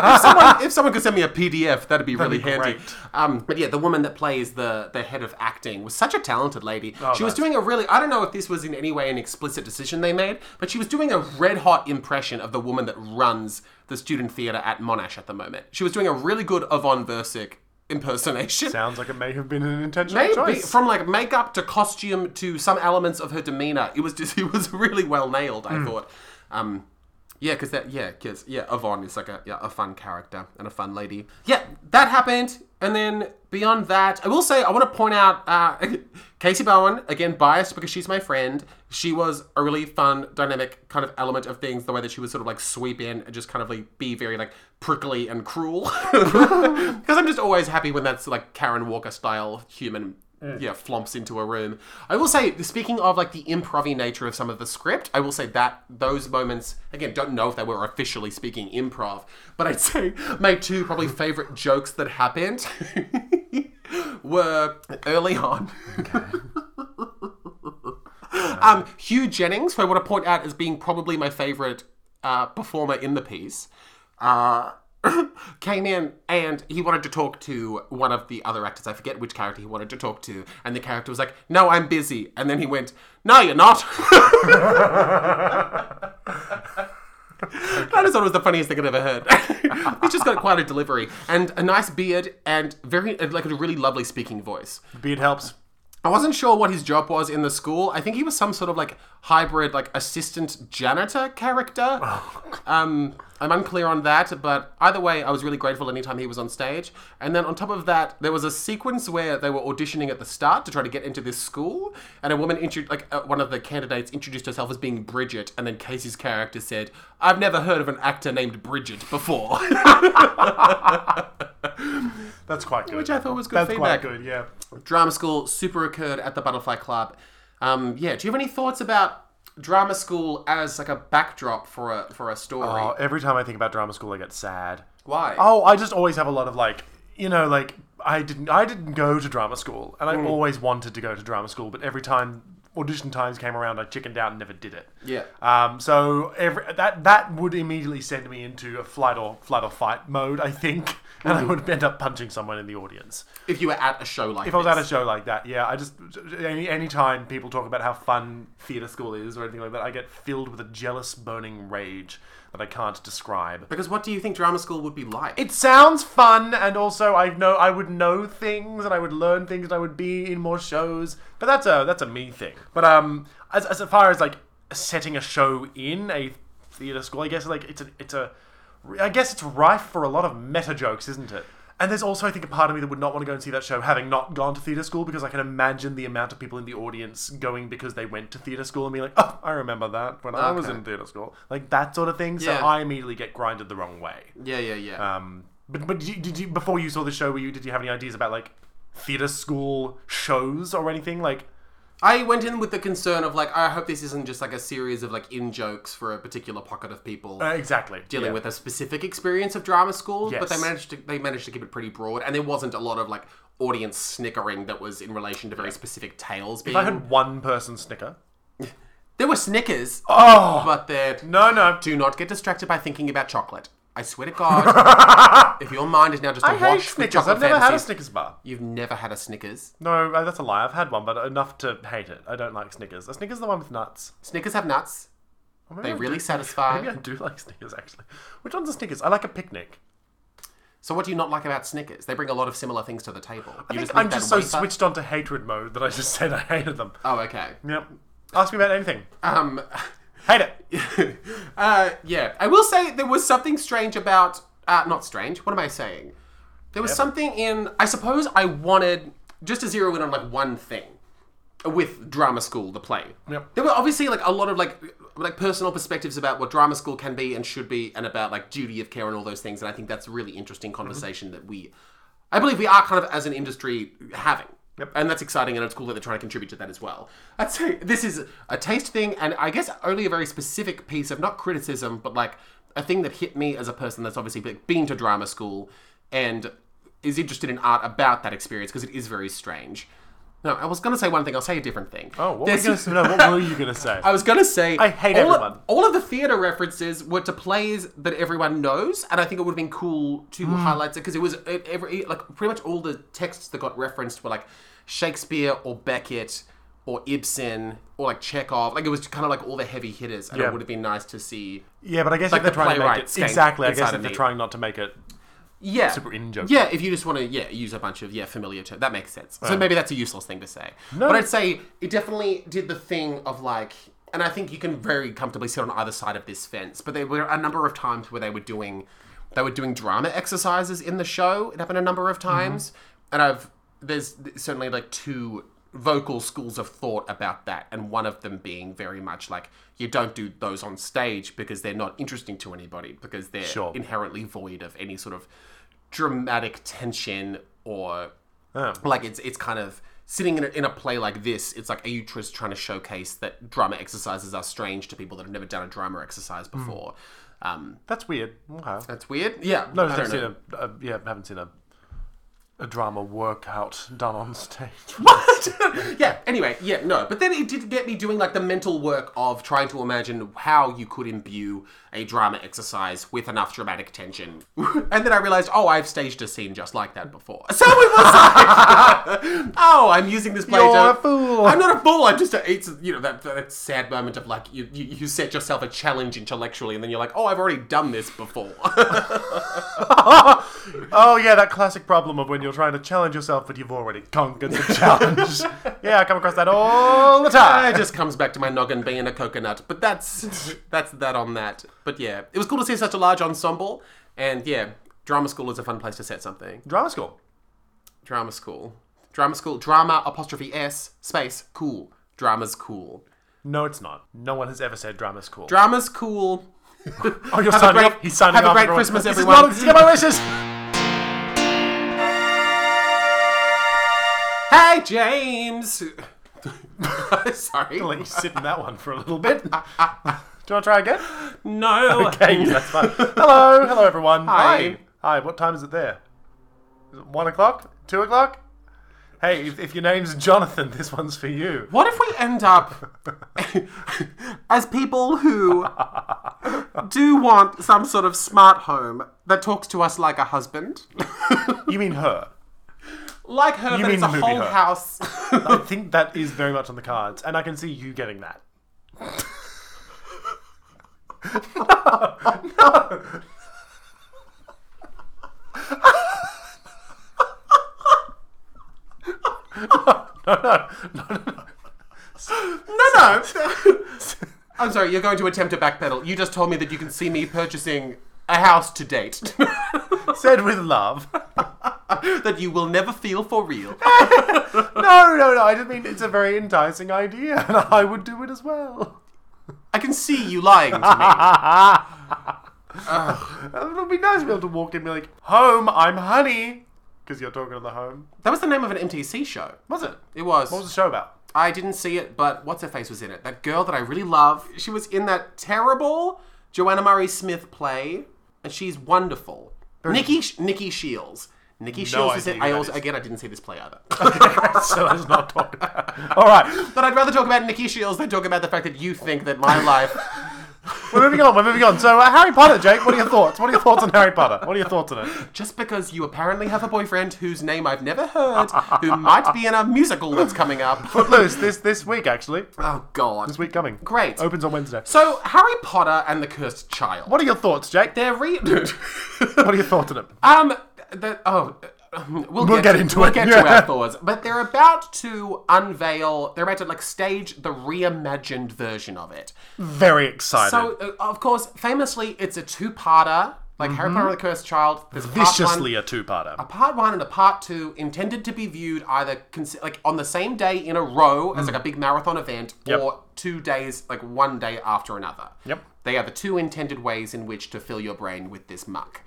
S1: if someone, if someone could send me a PDF, that'd be really
S2: be
S1: handy.
S2: great.
S1: Um, but yeah, the woman that plays the the head of acting was such a talented lady. she was
S2: Oh, nice.
S1: doing a really. I don't know if this was in any way an explicit decision they made, but she was doing a red hot impression of the woman that runs the student theatre at Monash at the moment. She was doing a really good Yvonne Versick impersonation.
S2: Sounds like it may have been an intentional
S1: Maybe
S2: choice.
S1: from like makeup to costume to some elements of her demeanor, it was just it was really well nailed. I thought, um, yeah, because that yeah, because yeah, Yvonne is like a yeah, a fun character and a fun lady. Yeah, that happened, and then beyond that, I will say I want to point out uh, Casey Bowen again, biased because she's my friend. She was a really fun, dynamic kind of element of things. The way that she would sort of like sweep in and just kind of like be very like prickly and cruel. Because I'm just always happy when that's like Karen Walker style human, yeah, flomps into a room. I will say, speaking of like the improv nature of some of the script, I will say that those moments, again, don't know if they were officially speaking improv, but I'd say my two probably favorite jokes that happened were early on. Um, Hugh Jennings, who I want to point out as being probably my favorite uh, performer in the piece, uh, came in and he wanted to talk to one of the other actors. I forget which character he wanted to talk to, and the character was like, "No, I'm busy," and then he went, "No, you're not." I just thought it was the funniest thing I'd ever heard. He's just got quite a delivery and a nice beard and very and, like a really lovely speaking voice.
S2: Beard helps.
S1: I wasn't sure what his job was in the school. I think he was some sort of like hybrid, like assistant janitor character.
S2: Oh.
S1: Um, I'm unclear on that, but either way, I was really grateful anytime he was on stage. And then on top of that, there was a sequence where they were auditioning at the start to try to get into this school, and a woman, intro- like uh, one of the candidates, introduced herself as being Bridget, and then Casey's character said, "I've never heard of an actor named Bridget before,"
S2: That's quite good.
S1: which I thought was good
S2: That's
S1: feedback.
S2: quite good. Yeah.
S1: drama school super occurred at the butterfly club um, yeah do you have any thoughts about drama school as like a backdrop for a for a story
S2: Oh, every time I think about drama school, I get sad.
S1: why
S2: Oh, I just always have a lot of like, you know, like I didn't, I didn't go to drama school, and I always wanted to go to drama school, but every time audition times came around, I chickened out and never did it.
S1: Yeah.
S2: Um. So every that that would immediately send me into a flight or flight or fight mode, I think, and I would end up punching someone in the audience
S1: if you were at a show like
S2: if I was at a show like that, yeah, I just any any time people talk about how fun theatre school is or anything like that, I get filled with a jealous, burning rage that I can't describe.
S1: because what do you think drama school would be like
S2: It sounds fun, and also I know I would know things, and I would learn things, and I would be in more shows. But that's a that's a me thing. But um, as as far as like setting a show in a theatre school, I guess like it's a it's a I guess it's rife for a lot of meta jokes, isn't it? And there's also I think a part of me that would not want to go and see that show having not gone to theatre school because I can imagine the amount of people in the audience going because they went to theatre school and being like, oh, I remember that when I was
S1: Okay.
S2: in theatre school, like that sort of thing.
S1: Yeah.
S2: So I immediately get grinded the wrong way.
S1: yeah yeah yeah
S2: Um, but but did you, did you before you saw the show? Were you did you have any ideas about like theater school shows or anything like?
S1: I went in with the concern of like I hope this isn't just like a series of like in jokes for a particular pocket of people
S2: Uh, exactly
S1: dealing
S2: yeah.
S1: with a specific experience of drama school, but
S2: Yes.
S1: they managed to they managed to keep it pretty broad, and there wasn't a lot of like audience snickering that was in relation to very specific tales being
S2: If I had one person snicker.
S1: There were Snickers,
S2: Oh
S1: but they're.
S2: no, no.
S1: Do not get distracted by thinking about chocolate. I swear to God, if your mind is now just
S2: I
S1: awash
S2: hate
S1: with
S2: Snickers.
S1: chocolate
S2: I've never had a
S1: fantasies-
S2: Snickers bar.
S1: You've never had a Snickers.
S2: No, uh, that's a lie. I've had one, but enough to hate it. I don't like Snickers. A Snickers is the one with nuts.
S1: Snickers have nuts.
S2: Or maybe
S1: They
S2: I do-
S1: really satisfy.
S2: Maybe I do like Snickers actually. Which one's a Snickers? I like a picnic.
S1: So what do you not like about Snickers? They bring a lot of similar things to the table.
S2: I
S1: You
S2: think
S1: need
S2: I'm
S1: that
S2: just so
S1: wafer-
S2: switched on to hatred mode that I just said I hated them.
S1: Oh, okay.
S2: Yep. Ask me about anything.
S1: Um,
S2: Hate it.
S1: uh, yeah. I will say there was something strange about. Uh, not strange. What am I saying? There was something in. I suppose I wanted just to zero in on like one thing with drama school, the play.
S2: Yep.
S1: There were obviously like a lot of like like personal perspectives about what drama school can be and should be, and about like duty of care and all those things. And I think that's a really interesting
S2: Mm-hmm.
S1: conversation that we, I believe, we are kind of as an industry having.
S2: Yep.
S1: And that's exciting, and it's cool that they're trying to contribute to that as well. I'd say this is a taste thing, and I guess only a very specific piece of not criticism, but like a thing that hit me as a person that's obviously be- been to drama school and is interested in art about that experience because it is very strange. No, I was going to say one thing, I'll say a different thing.
S2: Oh, what were
S1: There's-
S2: you gonna say? No, what were you gonna say?
S1: I was gonna say I
S2: hate
S1: all
S2: everyone.
S1: Of, all of the theater references were to plays that everyone knows, and I think it would have been cool to
S2: Hmm.
S1: highlight it because it was it, every e-, like pretty much all the texts that got referenced were like Shakespeare or Beckett or Ibsen or like Chekhov. Like it was kind of like all the heavy hitters, and
S2: Yeah.
S1: it would have been nice to see.
S2: yeah, but I guess
S1: Like
S2: if they're
S1: the
S2: trying to make
S1: playwrights
S2: it
S1: game
S2: exactly. I guess
S1: inside
S2: if
S1: of
S2: they're
S1: me.
S2: trying not to make it
S1: Yeah,
S2: super in joke.
S1: Yeah, if you just want to, yeah, use a bunch of yeah familiar terms, that makes sense. So maybe that's a useless thing to say. But I'd say it definitely did the thing of like, and I think you can very comfortably sit on either side of this fence. But there were a number of times where they were doing, they were doing drama exercises in the show. It happened a number
S2: Mm-hmm.
S1: of times, and I've there's certainly like two vocal schools of thought about that and one of them being very much like you don't do those on stage because they're not interesting to anybody because they're
S2: Sure.
S1: inherently void of any sort of dramatic tension or
S2: Oh.
S1: like it's it's kind of sitting in a, in a play like this it's like are you just trying to showcase that drama exercises are strange to people that have never done a drama exercise
S2: Hmm.
S1: before um
S2: That's weird. Okay.
S1: that's weird yeah
S2: No,
S1: I don't
S2: I haven't seen
S1: know.
S2: a, a yeah, haven't seen a a drama workout done on stage.
S1: What? yeah. Anyway, yeah, no. But then it did get me doing like the mental work of trying to imagine how you could imbue a drama exercise with enough dramatic tension. and then I realized, oh, I've staged a scene just like that before. So it was like, oh, I'm using this play.
S2: You're
S1: to,
S2: a fool.
S1: I'm not a fool. I'm just a, it's you know that that sad moment of like you, you you set yourself a challenge intellectually, and then you're like, oh, I've already done this before.
S2: oh yeah, that classic problem of when you're trying to challenge yourself, but you've already conquered the challenge. yeah, I come across that all the time.
S1: it just comes back to my noggin being a coconut. But that's that's that on that. But yeah, it was cool to see such a large ensemble. And yeah, drama school is a fun place to set something.
S2: Drama school.
S1: Drama school, drama school, drama apostrophe s space cool. Drama's cool.
S2: No, it's not. No one has ever said drama school.
S1: Drama's cool.
S2: oh, you're
S1: Have a
S2: signing
S1: great-
S2: off. He's signing
S1: have a
S2: off,
S1: great
S2: everyone.
S1: Christmas,
S2: This is
S1: everyone.
S2: not- this is not my wishes.
S1: Hey James. Sorry.
S2: I'll let you sit in that one for a little bit. Do you want to try again?
S1: No.
S2: Okay, yeah, that's fine. Hello, hello everyone.
S1: Hi.
S2: Hi, what time is it there? Is it one o'clock? Two o'clock? Hey, if, if your name's Jonathan, this one's for you.
S1: What if we end up as people who do want some sort of smart home that talks to us like a husband?
S2: You mean her?
S1: like her, but
S2: mean
S1: it's a
S2: movie
S1: whole
S2: her.
S1: house.
S2: I think that is very much on the cards, and I can see you getting that.
S1: no, no. I'm sorry, you're going to attempt to backpedal. You just told me that you can see me purchasing a house to date
S2: Said with love.
S1: that you will never feel for real.
S2: No, no, no. I just mean it's a very enticing idea, and I would do it as well.
S1: I can see you lying to me.
S2: It'll be nice to be able to walk in and be like, "Home, I'm honey," because you're talking to the home.
S1: That was the name of an MTC show.
S2: Was it?
S1: It was.
S2: What was the show about?
S1: I didn't see it, but what's her face was in it? That girl that I really love. She was in that terrible Joanna Murray Smith play, and she's wonderful. Nikki Nikki Shields. Nikki
S2: No
S1: Shields is
S2: idea
S1: in.
S2: who
S1: I
S2: that
S1: also
S2: is.
S1: again I didn't see this play either.
S2: so let's not talk about it. All right.
S1: but I'd rather talk about Nikki Shields than talk about the fact that you think that my life.
S2: We're moving on. We're moving on. So, uh, Harry Potter, Jake, what are your thoughts? What are your thoughts on Harry Potter? What are your thoughts on it?
S1: Just because you apparently have a boyfriend whose name I've never heard, who might be in a musical that's coming up.
S2: Footloose this this week actually.
S1: Oh God.
S2: This week coming.
S1: Great.
S2: Opens on Wednesday.
S1: So Harry Potter and the Cursed Child.
S2: What are your thoughts, Jake?
S1: They're re.
S2: What are your thoughts on it?
S1: Um, the, oh, we'll,
S2: We'll get
S1: to-
S2: into
S1: we'll
S2: it,
S1: get
S2: yeah.
S1: to our thoughts, but they're about to unveil. They're about to like stage the reimagined version of it.
S2: Very excited.
S1: So, uh, of course, famously, it's a two-parter, like Harry Potter and the Cursed Child. There's part one,
S2: Mm-hmm.
S1: Uh,
S2: Viciously a two-parter.
S1: a part one and a part two, intended to be viewed either consi- like on the same day in a row as like a big marathon event,
S2: Yep.
S1: or two days, like one day after another.
S2: Yep.
S1: They are the two intended ways in which to fill your brain with this muck.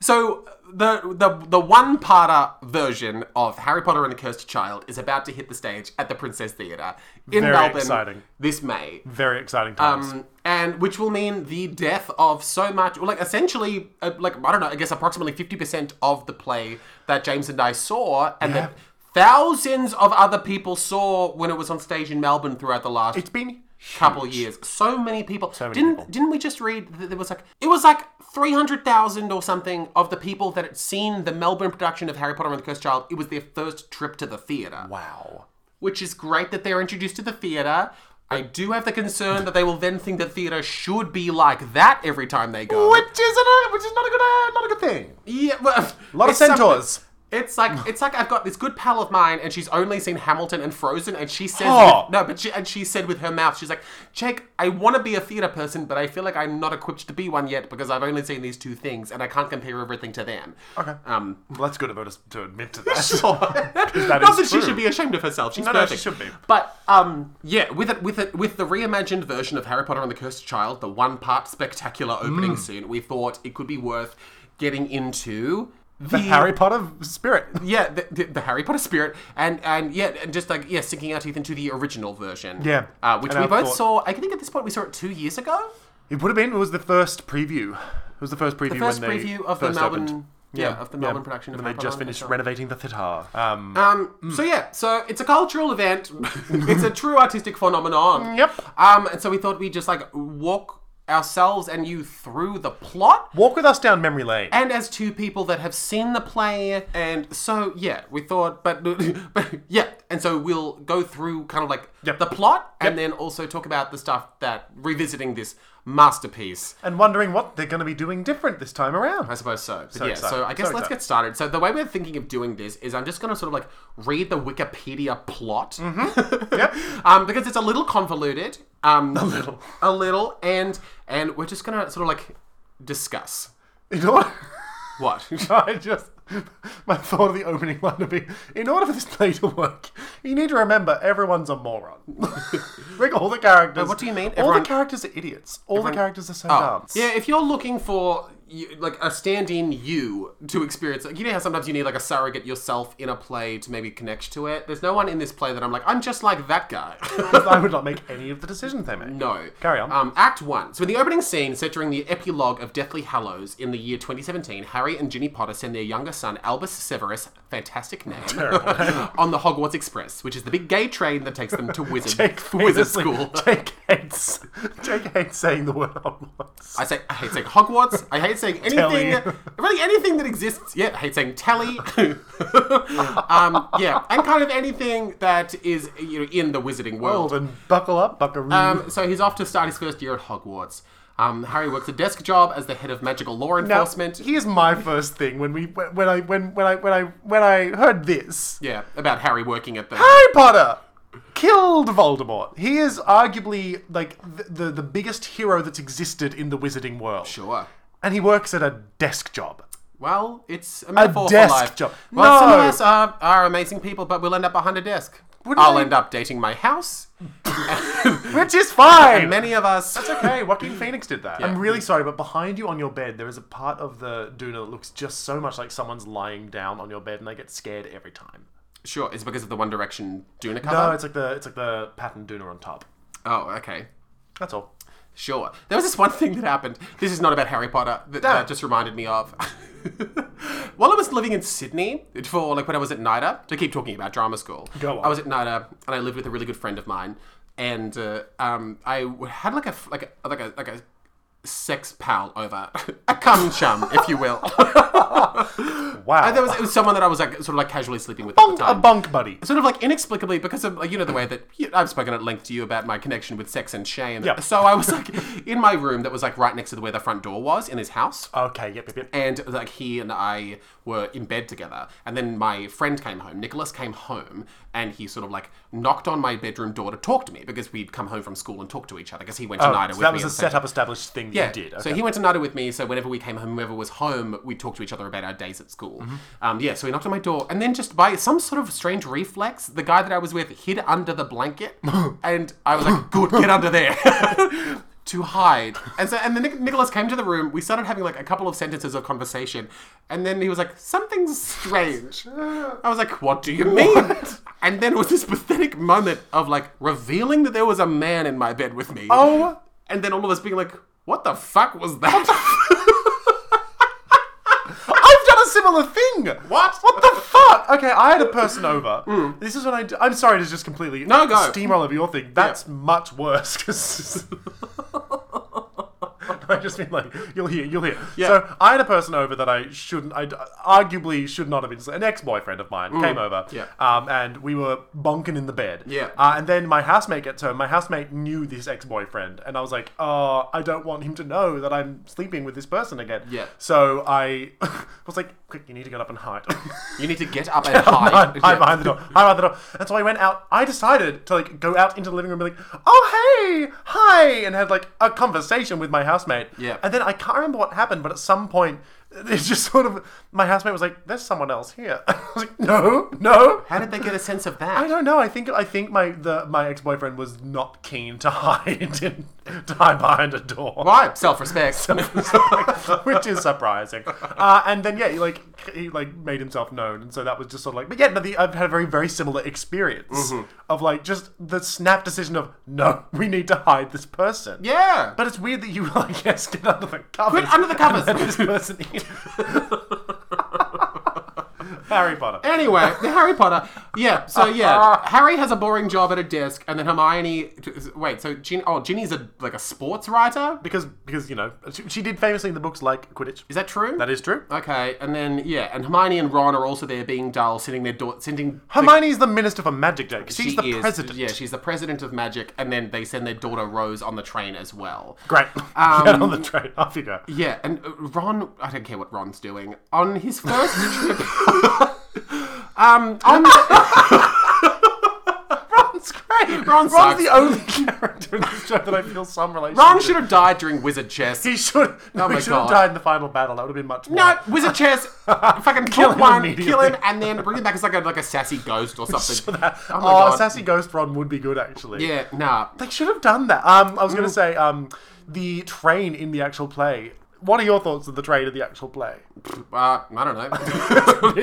S1: So the the the one parter version of Harry Potter and the Cursed Child is about to hit the stage at the Princess Theatre in
S2: Very
S1: Melbourne
S2: exciting.
S1: this May.
S2: Very exciting times.
S1: Um, and which will mean the death of so much, well, like essentially, uh, like I don't know, I guess approximately fifty percent of the play that James and I saw, and that thousands of other people saw when it was on stage in Melbourne throughout the last
S2: it's been
S1: couple years. So many people.
S2: many
S1: didn't
S2: people.
S1: didn't we just read that there was like it was like three hundred thousand or something of the people that had seen the Melbourne production of Harry Potter and the Cursed Child. It was their first trip to the theatre
S2: wow.
S1: which is great that they're introduced to the theatre. I do have the concern that they will then think that theatre should be like that every time they go.
S2: Which is a, which is not a good uh, not a good thing.
S1: Yeah, well, a
S2: lot of centaurs.
S1: It's like it's like I've got this good pal of mine, and she's only seen Hamilton and Frozen, and she says
S2: Oh.
S1: with- no, but she, and she said with her mouth, she's like, Jake, I want to be a theatre person, but I feel like I'm not equipped to be one yet because I've only seen these two things, and I can't compare everything to them.
S2: Okay.
S1: Um,
S2: Well, that's good of her to, to admit to that.
S1: sure. Not
S2: is
S1: that she
S2: true.
S1: should be ashamed of herself. She's
S2: No, no, she
S1: perfect.
S2: should be.
S1: But um, yeah, with it, with it, with the reimagined version of Harry Potter and the Cursed Child, the one-part spectacular opening soon, we thought it could be worth getting into
S2: The
S1: the,
S2: Harry Potter spirit.
S1: yeah, the, the, the Harry Potter spirit, and and yeah, and just like yeah, sinking our teeth into the original version.
S2: Yeah.
S1: uh, which
S2: And
S1: we
S2: our
S1: both
S2: thought-
S1: saw. I think at this point we saw it two years ago.
S2: It would have been. It was the first preview. It was the first preview.
S1: First
S2: when they
S1: preview of the
S2: first
S1: Melbourne.
S2: opened.
S1: Yeah, of the Melbourne production. of
S2: When they
S1: Harry Potter
S2: just
S1: and the Cursed
S2: finished
S1: Child.
S2: renovating the theatre. Um,
S1: Um, So yeah, so it's a cultural event. it's a true artistic phenomenon.
S2: Mm, Yep.
S1: Um, and so we thought we'd just like walk ourselves and you through the plot.
S2: walk with us down memory lane.
S1: And as two people that have seen the play, and so yeah, we thought, but, but yeah, and so we'll go through kind of like
S2: Yep.
S1: the plot, and then also talk about the stuff that revisiting this masterpiece.
S2: and wondering what they're going to be doing different this time
S1: I
S2: around.
S1: suppose so. But yeah,
S2: excited.
S1: so I guess
S2: So
S1: let's
S2: excited.
S1: get started. So the way we're thinking of doing this is I'm just going to sort of like read the Wikipedia plot. Mm-hmm.
S2: Yep.
S1: um, because it's a little convoluted. Um, a little. A little, and and we're just going to sort of like discuss
S2: You know what?
S1: what.
S2: I just my thought of the opening line would be: In order for this play to work, you need to remember everyone's a moron. like all the characters.
S1: what do you mean?
S2: All
S1: Everyone- Oh.
S2: the characters are idiots. All the characters are so dumb.
S1: Yeah, if you're looking for you- like a stand-in you to experience, like, you know how sometimes you need like a surrogate yourself in a play to maybe connect to it. There's no one in this play that I'm like, I'm just like that guy.
S2: 'Cause I would not make any of the decisions they make.
S1: No.
S2: Carry on.
S1: Um, Act 1. So, in the opening scene, set during the epilogue of Deathly Hallows in the year 2017, Harry and Ginny Potter send their younger son, Albus Severus, fantastic name, on the Hogwarts Express, which is the big gay train that takes them to Wizard,
S2: Jake
S1: wizard
S2: famously,
S1: School.
S2: Jake hates. Jake hates saying the word Hogwarts.
S1: I say I hate saying Hogwarts. I hate saying anything,
S2: Telly.
S1: really anything that exists. Yeah, I hate saying telly. um, yeah, and kind of anything that is you know in the wizarding world.
S2: Well, then buckle up, buckaroo.
S1: Um, so he's off to start his first year at Hogwarts. Um, Harry works a desk job as the head of magical law
S2: Now,
S1: enforcement.
S2: Here's my first thing when we when I when when I when I when I heard this.
S1: yeah, about Harry working at the.
S2: Harry Potter killed Voldemort. He is arguably like the, the the biggest hero that's existed in the wizarding world.
S1: Sure.
S2: And he works at a desk job.
S1: Well, it's a metaphor
S2: desk
S1: for life.
S2: job.
S1: Well, some of
S2: No.
S1: us are, are amazing people, but we'll end up behind a desk.
S2: Wouldn't
S1: I'll
S2: I-
S1: end up dating my house.
S2: Which is fine.
S1: Many of us.
S2: It's okay. Joaquin Phoenix did that. I'm really sorry, but behind you on your bed, there is a part of the Duna that looks just so much like someone's lying down on your bed, and I get scared every time.
S1: Sure, it's because of the One Direction Duna
S2: No,
S1: cover.
S2: it's like the it's like the pattern Duna on top.
S1: Oh, okay.
S2: That's all.
S1: Sure. There was this one thing that happened. This is not about Harry Potter that, that just reminded me of. While I was living in Sydney for like when I was at NIDA, to keep talking about drama school,
S2: Go on.
S1: I was at NIDA and I lived with a really good friend of mine, and uh, um, I w- had like a f- like a like a like a sex pal over, a cum chum, if you will.
S2: Wow.
S1: And there was it was someone that I was like sort of like casually sleeping with at the
S2: a
S1: time.
S2: bunk buddy.
S1: Sort of like inexplicably because of like, you know the way that you, I've spoken at length to you about my connection with sex and shame.
S2: Yeah.
S1: So I was like in my room that was like right next to where the front door was in his house
S2: Okay, yep, yep, yep.
S1: and like he and I were in bed together. And then my friend came home, Nicholas came home, and he sort of like knocked on my bedroom door to talk to me because we'd come home from school and talk to each other because he went to NIDA
S2: Oh,
S1: with
S2: so that
S1: me.
S2: was
S1: at
S2: a
S1: the same
S2: setup established thing that
S1: yeah.
S2: you did. Okay.
S1: So he went to NIDA with me. So whenever we came home, whoever was home, we'd talk to each other about our days at school.
S2: Mm-hmm.
S1: Um, yeah. So he knocked on my door, and then just by some sort of strange reflex, the guy that I was with hid under the blanket, and I was like, "Good, get under there." To hide, and so and then Nic- Nicholas came to the room. We started having like a couple of sentences of conversation, and then he was like, "Something's strange." I was like, "What do you mean?" And then it was this pathetic moment of like revealing that there was a man in my bed with me.
S2: Oh.
S1: And then all of us being like, what the fuck was that?
S2: I've done a similar thing.
S1: What? Hmm.
S2: What the fuck? Okay, I had a person over. This is what I. Do. I'm sorry to just completely
S1: No, go.
S2: steamroll over your thing. That's much worse because. I just mean like you'll hear, you'll hear.
S1: Yeah.
S2: So I had a person over that I shouldn't, I d- arguably should not have been. An ex-boyfriend of mine came over.
S1: Hmm. Yeah.
S2: Um, and we were bonking in the bed.
S1: Yeah.
S2: Uh, and then my housemate gets home. My housemate knew this ex-boyfriend, and I was like, oh, I don't want him to know that I'm sleeping with this person again.
S1: Yeah.
S2: So I was like, quick, you need to get up and hide.
S1: you need to get up and hide.
S2: hide, hide behind the door. Hide behind the door. And so I went out. I decided to like go out into the living room and be like, oh hey, hi, and had like a conversation with my housemate.
S1: Yeah.
S2: And then I can't remember what happened, but at some point, it's just sort of my housemate was like, there's someone else here. I was like, no, no.
S1: How did they get a sense of
S2: I
S1: that?
S2: don't know. I think I think my the my ex boyfriend was not keen to hide in, to hide behind a door
S1: Why? Self-respect.
S2: which is surprising. Uh, and then yeah, he like he like made himself known, and so that was just sort of like. But yeah, no, the, I've had a very very similar experience
S1: Mm-hmm.
S2: of like just the snap decision of no, we need to hide this person.
S1: yeah.
S2: But it's weird that you were like yes, get under the covers,
S1: Get under the covers.
S2: and let this person in. Harry Potter.
S1: Anyway, the Harry Potter. Yeah, so yeah, Harry has a boring job at a desk, and then Hermione. Wait, so Gin, oh, Ginny's a like a sports writer.
S2: Because, because you know, she, she did famously in the books like Quidditch.
S1: Is that true?
S2: That is true.
S1: okay, and then yeah, and Hermione and Ron are also there, being dull, sitting their door, sending
S2: Hermione is the minister for magic, Jake. She's
S1: She
S2: the
S1: is-
S2: president.
S1: Yeah, she's the president of magic, and then they send their daughter Rose on the train as well.
S2: Great.
S1: Um,
S2: Get on the train. Off you go.
S1: Yeah, and uh, Ron, I don't care what Ron's doing on his first trip. um, on the-
S2: Ron's great.
S1: Ron
S2: Ron's
S1: sucks.
S2: the only character in the show that I feel some relation.
S1: Ron
S2: to.
S1: should have died during Wizard Chess.
S2: He should. No,
S1: my
S2: he should have
S1: God.
S2: died in the final battle. That would have been much.
S1: No,
S2: More.
S1: Wizard Chess. Fucking kill
S2: him
S1: one,
S2: immediately.
S1: kill him, and then bring him back as like a like a sassy ghost or something.
S2: Oh,
S1: oh my god.
S2: sassy ghost Ron would be good actually.
S1: yeah, nah.
S2: They should have done that. Um, I was going to say, um, the train in the actual play. What are your thoughts of the train in the actual play?
S1: Uh, I don't know.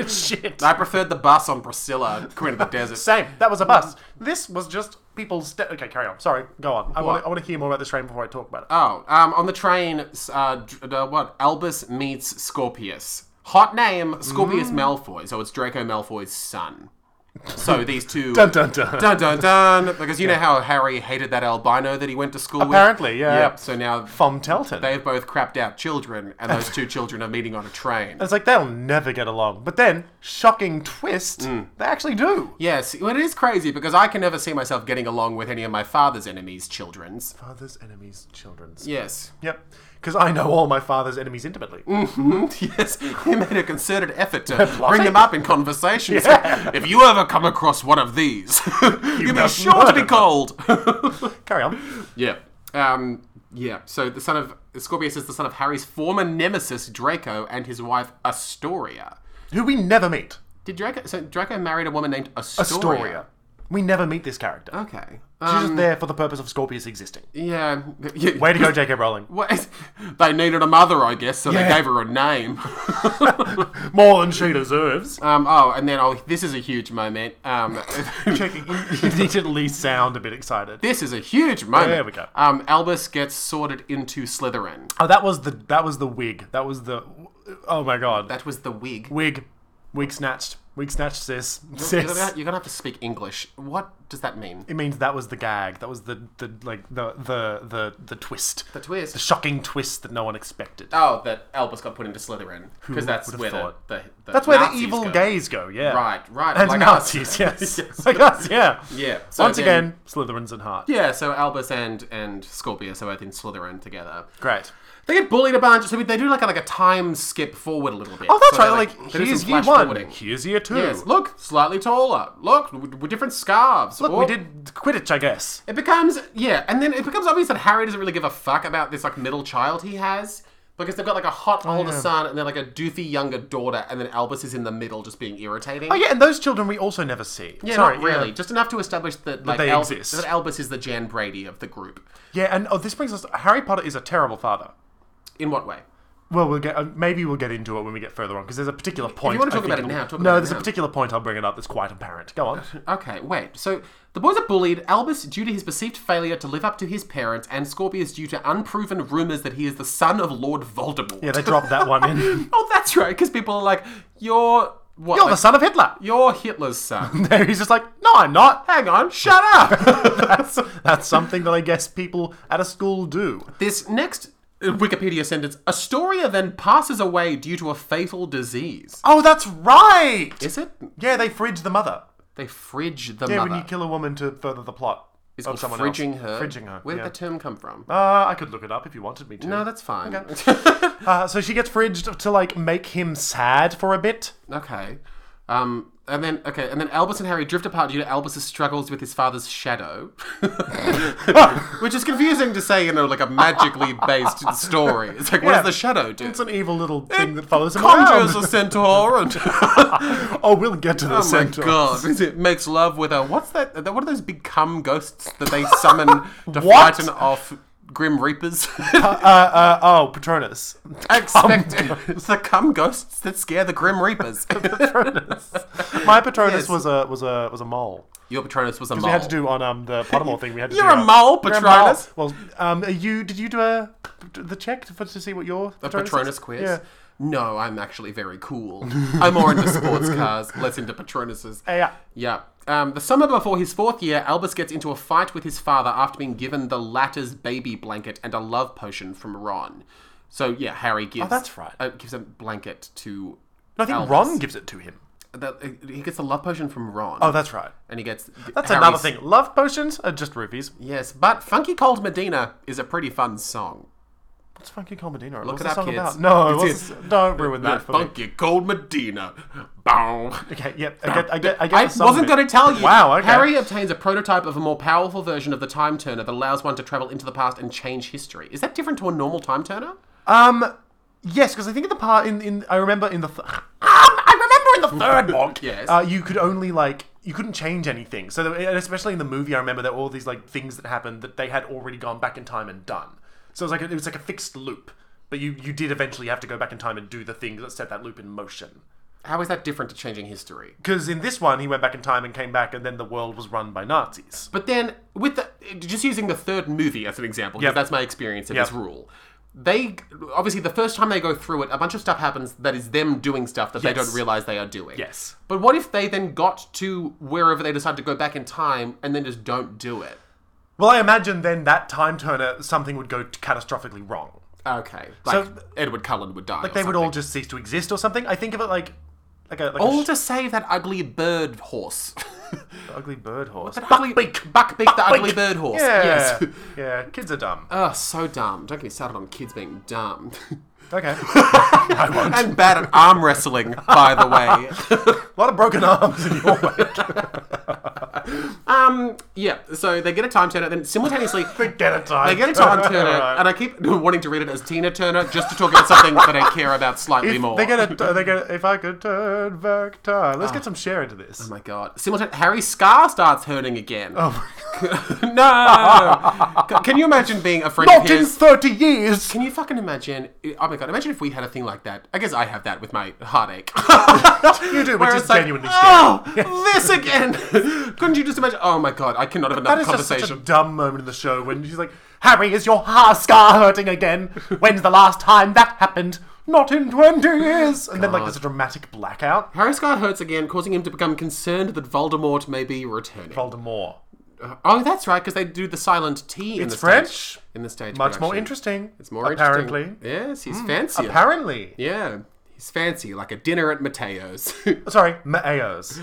S2: it's shit.
S1: I preferred the bus on Priscilla, Queen of the Desert.
S2: Same. That was a bus.
S1: Mm.
S2: This was just people. St- okay, carry on. Sorry, go on. I want. I want to hear more about the train before I talk about it.
S1: Oh, um, on the train, s- uh, dr- the, what? Albus meets Scorpius. Hot name, Scorpius
S2: Mm.
S1: Malfoy. So it's Draco Malfoy's son. So these two.
S2: Dun, dun, dun.
S1: Dun dun dun. Because you know how Harry hated that albino that he went to school
S2: Apparently,
S1: with?
S2: yeah.
S1: Yep. So now
S2: From Telton.
S1: they've both crapped out children, and those two children are meeting on a train.
S2: And it's like they'll never get along. But then, shocking twist,
S1: Mm.
S2: they actually do.
S1: Yes, well, it is crazy because I can never see myself getting along with any of my father's enemies' children's.
S2: Father's enemies, children's.
S1: Yes.
S2: Yep. Because I know all my father's enemies intimately.
S1: Mm. Hmm? yes, he made a concerted effort to bring
S2: plotting.
S1: them up in conversations. If you ever come across one of these, you'll be
S2: must
S1: sure to
S2: murder
S1: be
S2: them."
S1: called.
S2: Carry on.
S1: yeah. Um, yeah, so the son of Scorpius is the son of Harry's former nemesis Draco and his wife Astoria.
S2: Who we never meet.
S1: Did Draco? So Draco married a woman named Astoria.
S2: Astoria. We never meet this character.
S1: Okay.
S2: She's
S1: Um,
S2: just there for the purpose of Scorpius existing.
S1: yeah. yeah.
S2: Way to go, J.K. Rowling.
S1: What? They needed a mother, I guess, so they
S2: Yeah.
S1: gave her a name.
S2: More than she deserves.
S1: Um, oh, and then oh, this is a huge moment. Um,
S2: Checking. You need to at least sound a bit excited.
S1: This is a huge moment.
S2: There we go.
S1: Um, Albus gets sorted into Slytherin.
S2: Oh, that was the that was the wig. That was the Oh my god.
S1: That was the wig.
S2: wig. Wig snatched. Wig snatched, sis.
S1: You're
S2: Sis.
S1: gonna, you're gonna have to speak English. What does that mean?
S2: It means that was the gag. That was the, the like the the the the twist.
S1: The
S2: The
S1: twist.
S2: shocking twist that no one expected.
S1: Oh, that Albus got put into Slytherin because that's
S2: would've
S1: where the,
S2: thought?
S1: the, the
S2: That's where
S1: Nazis
S2: the evil
S1: go.
S2: gays go, yeah.
S1: Right, right,
S2: And
S1: like us.
S2: Nazis, yes. Like us, yeah.
S1: Yeah. So
S2: Once
S1: then-
S2: again, Slytherin's at heart.
S1: Yeah, so Albus and and Scorpius are both in Slytherin together.
S2: Great.
S1: They get bullied a bunch, so they do like a, like a time skip forward a little bit.
S2: Oh, that's
S1: So they,
S2: right. Like,
S1: they do
S2: here's
S1: some
S2: year
S1: flash
S2: one.
S1: forwarding.
S2: Here's year two.
S1: Yes, look, slightly taller. Look, with with different scarves.
S2: Look,
S1: Or-
S2: we did Quidditch, I guess.
S1: It becomes yeah, and then it becomes obvious that Harry doesn't really give a fuck about this like middle child he has because they've got like a hot
S2: Oh,
S1: older son and then like a doofy younger daughter, and then Albus is in the middle just being irritating.
S2: Oh yeah, and those children we also never see.
S1: Yeah,
S2: Sorry,
S1: not really. Just enough to establish that like
S2: they
S1: Al-
S2: exist.
S1: that Albus is the Jan Brady of the group.
S2: Yeah. yeah, and oh, this brings us. Harry Potter is a terrible father.
S1: In what way?
S2: Well, we'll get uh, maybe we'll get into it when we get further on because there's a particular point.
S1: wanna
S2: I
S1: talk
S2: think
S1: about it now, talk
S2: no,
S1: about it
S2: there's
S1: now.
S2: a particular point I'll bring it up that's quite apparent. Go on.
S1: Okay, wait. So the boys are bullied. Albus, due to his perceived failure to live up to his parents, and Scorpius, due to unproven rumors that he is the son of Lord Voldemort.
S2: Yeah, they dropped that one in. You're
S1: oh, that's right. Because people are like, "You're what?
S2: the
S1: like,
S2: son of Hitler.
S1: you're Hitler's son."
S2: No, he's just like, no, I'm not.
S1: Hang on, shut up!
S2: that's that's something that I guess people at a school do.
S1: this next uh, Wikipedia sentence Astoria then passes away due to a fatal disease.
S2: Oh, that's right.
S1: Is it?
S2: Yeah, they fridge the mother.
S1: They fridge the
S2: Yeah,
S1: mother.
S2: when you kill a woman to further the plot
S1: it's
S2: of
S1: called
S2: someone
S1: fridging
S2: else.
S1: her.
S2: Fridging her.
S1: Where did
S2: yeah.
S1: that term come from?
S2: uh, I could look it up if you wanted me to.
S1: No, that's fine.
S2: Uh, so she gets fridged to like make him sad for a bit.
S1: okay. Um, and then okay, and then Albus and Harry drift apart due to Albus's struggles with his father's shadow, which is confusing to say, you know, like a magically based story. It's like, what
S2: Yeah.
S1: does the shadow do?
S2: It's an evil little thing that follows him
S1: Conjures
S2: around.
S1: a centaur and
S2: Oh, we'll get to the
S1: Oh my
S2: centaur.
S1: god! Is it makes love with a what's that? What are those big cum ghosts that they summon to
S2: What?
S1: frighten off grim reapers?
S2: Uh, uh, oh, Patronus.
S1: Expect it's the cum ghosts that scare the grim reapers.
S2: Patronus. My Patronus
S1: Yes.
S2: was a was a was a mole.
S1: Your Patronus was a
S2: We
S1: mole.
S2: had to do on um the Pottermore thing. We had to
S1: You're
S2: do
S1: a
S2: um,
S1: mole,
S2: you're a
S1: Patronus.
S2: Well, um, are you did you do a the check for, to see what your
S1: a
S2: Patronus, is?
S1: Patronus quiz.
S2: Yeah.
S1: No, I'm actually very cool. I'm more into sports cars, less into Patronuses.
S2: Uh, yeah.
S1: Yeah. Um, the summer before his fourth year, Albus gets into a fight with his father after being given the latter's baby blanket and a love potion from Ron. So yeah, Harry gives.
S2: Oh, that's right.
S1: Uh, gives a blanket to.
S2: No, I think
S1: Albus.
S2: Ron gives it to him.
S1: That, uh, he gets the love potion from Ron.
S2: Oh, that's right.
S1: and he gets.
S2: That's another thing. Love potions are just rupees.
S1: Yes, but "Funky Cold Medina" is a pretty fun song.
S2: What's Funky Comadina? Look what's
S1: it
S2: the
S1: up,
S2: song
S1: kids.
S2: about? No,
S1: It's-
S2: what's the- don't ruin that for me.
S1: Funky Cold Medina. Bow.
S2: Okay, yep. I get, I get, I get
S1: I
S2: the song
S1: wasn't
S2: bit.
S1: going to tell you.
S2: Wow, okay.
S1: Harry obtains a prototype of a more powerful version of the time turner that allows one to travel into the past and change history. Is that different to a normal time turner?
S2: Um, yes, because I think in the part in, in I remember in the th- um, I remember in the third book.
S1: Yes.
S2: uh, you could only like you couldn't change anything. So there- and especially in the movie, I remember there were all these like things that happened that they had already gone back in time and done. So it was like a, it was like a fixed loop, but you you did eventually have to go back in time and do the thing that set that loop in motion.
S1: How is that different to changing history?
S2: Because in this one, he went back in time and came back, and then the world was run by Nazis.
S1: But then, with the, just using the third movie as an example, because
S2: Yep.
S1: that's my experience of this
S2: Yep.
S1: rule. They obviously the first time they go through it, a bunch of stuff happens that is them doing stuff that they
S2: Yes.
S1: don't realize they are doing.
S2: Yes.
S1: But what if they then got to wherever they decide to go back in time and then just don't do it?
S2: Well, I imagine then that time turner something would go catastrophically wrong.
S1: Okay. Like
S2: So-
S1: Edward Cullen would die. Like
S2: they would all just cease to exist or something. I think of it like like a, like
S1: All
S2: a sh-
S1: to save that ugly bird horse.
S2: ugly bird horse.
S1: Buckbeak. Buckbeak, the ugly bird horse.
S2: Yeah,
S1: Yes.
S2: yeah. Kids are dumb.
S1: Oh, so dumb. Don't get me started on kids being dumb.
S2: Okay, I won't.
S1: and bad at arm wrestling, by the way.
S2: A lot of broken arms in your way.
S1: um, yeah, so they get a time turner, then simultaneously.
S2: Get a time.
S1: They get a time turner,
S2: Alright.
S1: and I keep wanting to read it as Tina Turner just to talk about something that I care about slightly more.
S2: They get a. They get. A, if I could turn
S1: Ah.
S2: back time, let's get some share into this.
S1: Oh my god. Simultan- Harry's scar starts hurting again. Oh my no. C- Can you imagine being a friend of
S2: Not in
S1: his?
S2: 30 years!
S1: Can you fucking imagine? Oh my god! Imagine if we had a thing like that. I guess I have that with my heartache.
S2: You do, which
S1: Where
S2: is
S1: it's like,
S2: genuinely scary.
S1: oh, this again! Couldn't you just imagine? Oh my god, I cannot have
S2: That
S1: another
S2: is just such a
S1: conversation.
S2: dumb moment in the show when she's like, Harry, is your ha- scar hurting again? When's the last time that happened? Not in 20 years! And then, like, there's a dramatic blackout.
S1: Harry Scar hurts again, causing him to become concerned that Voldemort may be returning.
S2: Voldemort.
S1: oh, that's right, because they do the silent T in
S2: It's
S1: the
S2: French.
S1: Stage, in the stage,
S2: Much more
S1: production.
S2: interesting.
S1: It's more
S2: apparently. Hmm,
S1: Interesting. Yes, he's fancier.
S2: Apparently.
S1: yeah, he's fancy, like a dinner at Mateo's.
S2: Oh, Sorry, Maeos.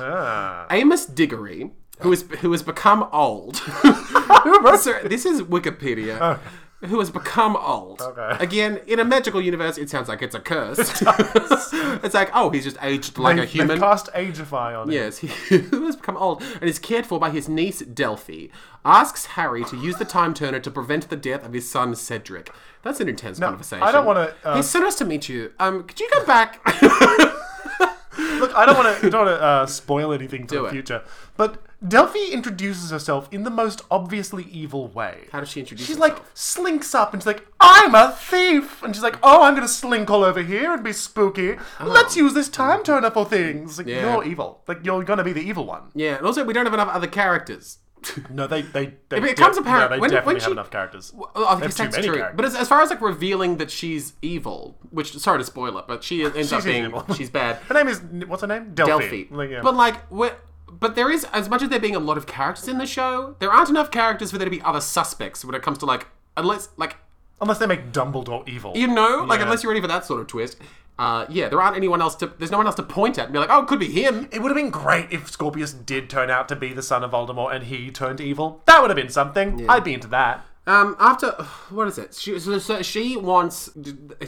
S2: Ah.
S1: Amos Diggory, who is who has become old. Sir, this is Wikipedia. Who has become old.
S2: Oh. Okay.
S1: Again, in a magical universe, it sounds like it's a curse. it's like, oh, he's just aged like a
S2: They've- they've
S1: human.
S2: cast Ageify on it.
S1: Yes, he who has become old and is cared for by his niece Delphi, asks Harry to use the time turner to prevent the death of his son Cedric. That's an intense conversation.
S2: I don't wanna, uh,
S1: Hey, so nice to meet you. Um, could you go back?
S2: Look, I don't want to don't want to uh, spoil anything for
S1: Do
S2: the
S1: it.
S2: future, but Delphi introduces herself in the most obviously evil way.
S1: How does she introduce?
S2: She's
S1: herself?
S2: like slinks up and she's like, "I'm a thief," and she's like, "Oh, I'm gonna slink all over here and be spooky. Let's use this time turner for things." Like,
S1: Oh. Yeah.
S2: You're evil. Like you're gonna be the evil one.
S1: yeah. And also, we don't have enough other characters.
S2: No, they they. they
S1: but it comes apparent-
S2: No, they
S1: when-
S2: definitely
S1: when
S2: have
S1: she-
S2: enough characters.
S1: Well, I
S2: They have
S1: guess
S2: too
S1: that's
S2: many
S1: Oh, true.
S2: characters.
S1: But as, as far as like revealing that she's evil, which sorry to spoil it, but she ends up
S2: She's
S1: being
S2: evil.
S1: she's bad.
S2: Her name is what's her name? Delphi.
S1: Delphi.
S2: Like, yeah.
S1: But like, we're- but there is as much as there being a lot of characters in the show, there aren't enough characters for there to be other suspects when it comes to like unless like
S2: Unless they make Dumbledore evil.
S1: you know like
S2: Yeah.
S1: unless you're ready for that sort of twist. Uh, yeah, there aren't anyone else to. There's no one else to point at and be like, oh, it could be him.
S2: It would have been great if Scorpius did turn out to be the son of Voldemort and he turned evil. That would have been something. I'd be into that.
S1: Um, after what is it? She so, so she wants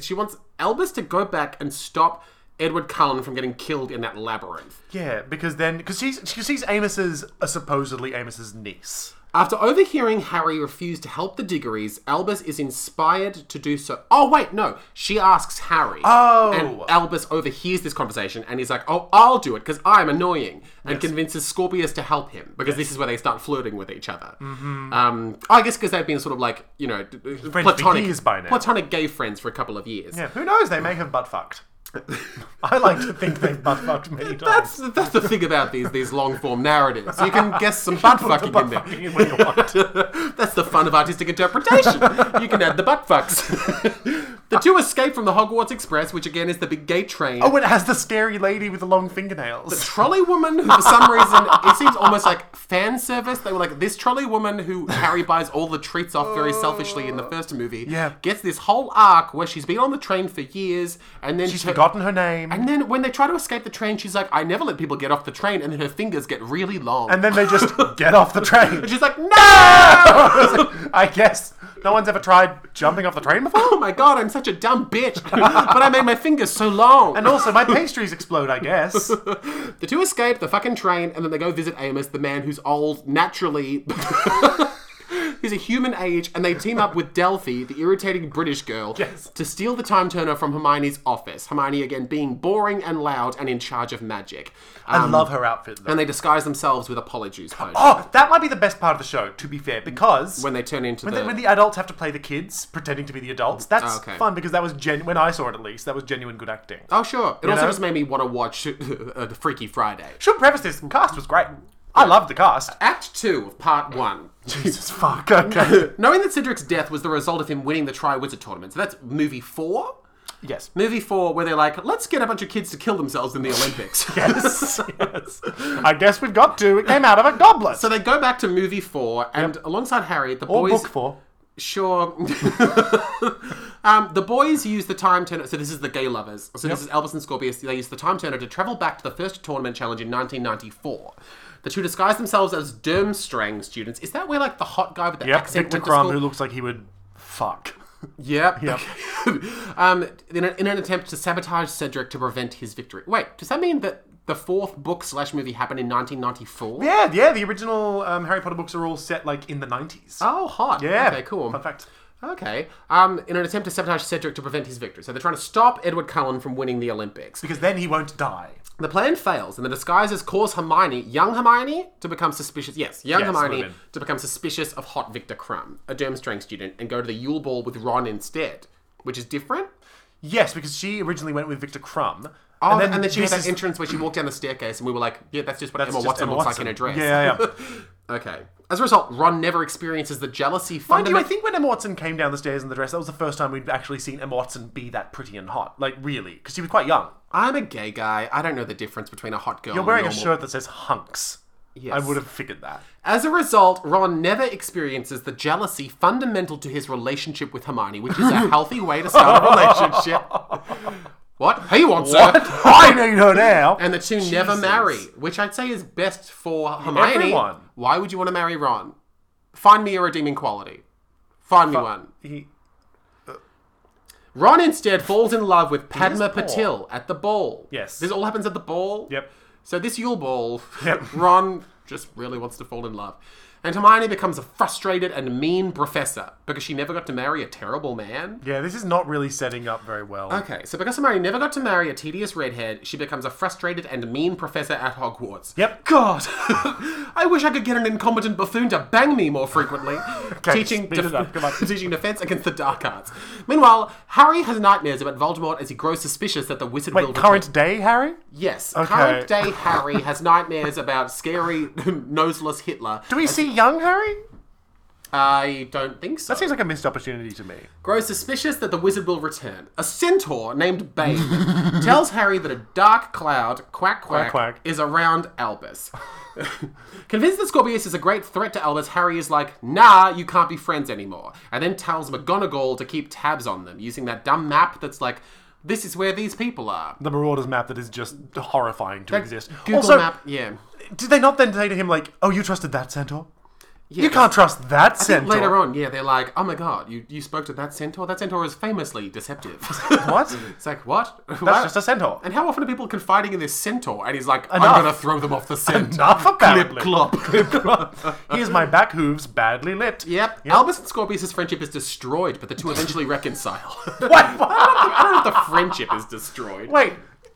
S1: she wants Albus to go back and stop Edward Cullen from getting killed in that labyrinth.
S2: Yeah, because then because she's she sees Amos's uh, supposedly Amos's niece.
S1: After overhearing Harry refuse to help the Diggories, Albus is inspired to do so. Oh, wait, no. She asks Harry.
S2: Oh.
S1: And Albus overhears this conversation and he's like, oh, I'll do it because I'm annoying. And convinces Scorpius to help him because this is where they start flirting with each other. Mm-hmm. Um, I guess because they've been sort of like, you know, d- d-
S2: for years
S1: platonic,
S2: by now.
S1: platonic gay friends for a couple of years.
S2: Yeah, who knows? They may have butt fucked. I like to think they've butt fucked many times.
S1: That's, that's the thing about these these long form narratives. You can guess some butt fucking in
S2: butt
S1: there.
S2: fucking in when you want.
S1: That's the fun of artistic interpretation. you can add the butt fucks. the two escape from the Hogwarts Express, which again is the big gay train.
S2: Oh, it has the scary lady with the long fingernails.
S1: Trolley woman, who for some reason it seems almost like fan service. They were like this trolley woman who Harry buys all the treats off very selfishly in the first movie.
S2: Oh. Yeah.
S1: gets this whole arc where she's been on the train for years, and then
S2: She's
S1: her-
S2: forgotten her name.
S1: And then when they try to escape the train, she's like, "I never let people get off the train," and then her fingers get really long,
S2: And then they just get off the train.
S1: and she's like, "No!"
S2: I guess no one's ever tried jumping off the train before.
S1: oh my god, I'm such a dumb bitch. but I made my fingers so long.
S2: And also, my pastries explode, I guess.
S1: the two escape the fucking train, and then they go visit Amos, the man who's old naturally. Who's a human age, and they team up with Delphi, the irritating British girl,
S2: Yes.
S1: to steal the time turner from Hermione's office. Hermione, again, being boring and loud and in charge of magic.
S2: I
S1: Um,
S2: love her outfit, though.
S1: And they disguise themselves with Apollo juice potion
S2: Oh, that might be the best part of the show, to be fair, because
S1: when they turn into
S2: when the, Ah, when the adults have to play the kids pretending to be the adults, that's
S1: Oh, okay.
S2: fun because that was gen. When I saw it, at least, that was genuine good acting.
S1: Oh, sure. It also
S2: know?
S1: just made me want to watch uh, Freaky Friday.
S2: Should preface this: cast was great. I loved the cast.
S1: Act 2 of Part 1.
S2: Jesus fuck. Okay.
S1: Knowing that Cedric's death was the result of him winning the Triwizard Tournament, so that's movie four?
S2: yes.
S1: Movie four, where they're like, let's get a bunch of kids to kill themselves in the Olympics.
S2: Yes. yes. I guess we've got to. It came out of a goblet.
S1: So they go back to movie four, and alongside Harry, the
S2: or
S1: boys.
S2: book four.
S1: Sure. um, the boys use the time turner. So this is the gay lovers. So this is Elvis and Scorpius. They use the time turner to travel back to the first tournament challenge in 1994. The two disguise themselves as Durmstrang students. Is that where like the hot guy with the
S2: Yep.
S1: accent
S2: Victor
S1: went to
S2: Krum,
S1: school?
S2: who looks like he would fuck.
S1: Yep. um, in, a, in an attempt to sabotage Cedric to prevent his victory. Wait, does that mean that the fourth book slash movie happened in 1994?
S2: Yeah, yeah. The original um, Harry Potter books are all set like in the nineties.
S1: Oh, hot.
S2: yeah.
S1: Okay, cool.
S2: Fun fact.
S1: Okay. Um, in an attempt to sabotage Cedric to prevent his victory. So they're trying to stop Edward Cullen from winning the Olympics.
S2: Because then he won't die.
S1: The plan fails, and the disguises cause Hermione, young Hermione, to become suspicious. Yes, young
S2: Yes,
S1: Hermione
S2: would've been.
S1: to become suspicious of hot Victor Crumb, a Durmstrang student, and go to the Yule Ball with Ron instead, which is different.
S2: Yes, because she originally went with Victor Crumb.
S1: Oh, and then, she had
S2: this
S1: that
S2: is-
S1: entrance where she walked down the staircase, and we were like, "Yeah, that's just what
S2: that's
S1: Emma
S2: just
S1: Watson
S2: Emma
S1: looks
S2: Watson.
S1: like in a dress."
S2: Yeah, yeah.
S1: Okay. As a result, Ron never experiences the jealousy.
S2: Mind you, I
S1: fundament-
S2: think when Emma Watson came down the stairs in the dress, that was the first time we'd actually seen Emma Watson be that pretty and hot. Like, really. Because she was quite young.
S1: I'm a gay guy. I don't know the difference between a hot girl.
S2: You're wearing
S1: and
S2: a
S1: normal.
S2: shirt that says hunks. I
S1: Yes.
S2: would have figured that.
S1: As a result, Ron never experiences the jealousy fundamental to his relationship with Hermione, which is a healthy way to start a relationship. what? He wants her.
S2: I need her now.
S1: And the two never marry, which I'd say is best for Hermione.
S2: Everyone.
S1: Why would you want to marry Ron? Find me a redeeming quality. Find me one.
S2: he,
S1: Ron instead falls in love with Padma
S2: poor.
S1: Patil at the ball.
S2: Yes.
S1: This all happens at the ball.
S2: Yep.
S1: So this Yule ball,
S2: Yep.
S1: Ron just really wants to fall in love. And Hermione becomes a frustrated and mean professor because she never got to marry a terrible man.
S2: yeah, this is not really setting up very well.
S1: Okay, so because Hermione never got to marry a tedious redhead, she becomes a frustrated and mean professor at Hogwarts.
S2: Yep.
S1: God, I wish I could get an incompetent buffoon to bang me more frequently, teaching
S2: speed it up, come on.
S1: teaching defense against the dark arts. Meanwhile, Harry has nightmares about Voldemort as he grows suspicious that the wizard will
S2: Wait,
S1: return.
S2: current day, Harry?
S1: Yes,
S2: Okay.
S1: current day Harry has nightmares about scary noseless Hitler.
S2: Do we see young Harry?
S1: I don't think so.
S2: That seems like a missed opportunity to me.
S1: grows suspicious that the wizard will return. A centaur named Bane tells Harry that a dark cloud, quack quack,
S2: quack.
S1: is around Albus. Convinced that Scorpius is a great threat to Albus, Harry is like, nah, you can't be friends anymore. And then tells McGonagall to keep tabs on them using that dumb map that's like, this is where these people are.
S2: The Marauders map that is just horrifying to exist.
S1: Google
S2: also,
S1: map, yeah.
S2: did they not then say to him like, "Oh, you trusted that centaur? you
S1: that's-
S2: can't trust that centaur."
S1: Later on, yeah, they're like, oh my god, you, you spoke to that centaur? That centaur is famously deceptive.
S2: What?
S1: It's like, what?
S2: That's just a centaur.
S1: And how often are people confiding in this centaur? And he's like,
S2: Enough.
S1: I'm going to throw them off the scent.
S2: Enough
S1: Clip
S2: apparently.
S1: clop.
S2: Here's my back hooves badly lit.
S1: Yep. Albus and Scorpius' friendship is destroyed, but the two eventually reconcile.
S2: What? What?
S1: I don't know if the friendship is destroyed.
S2: Wait.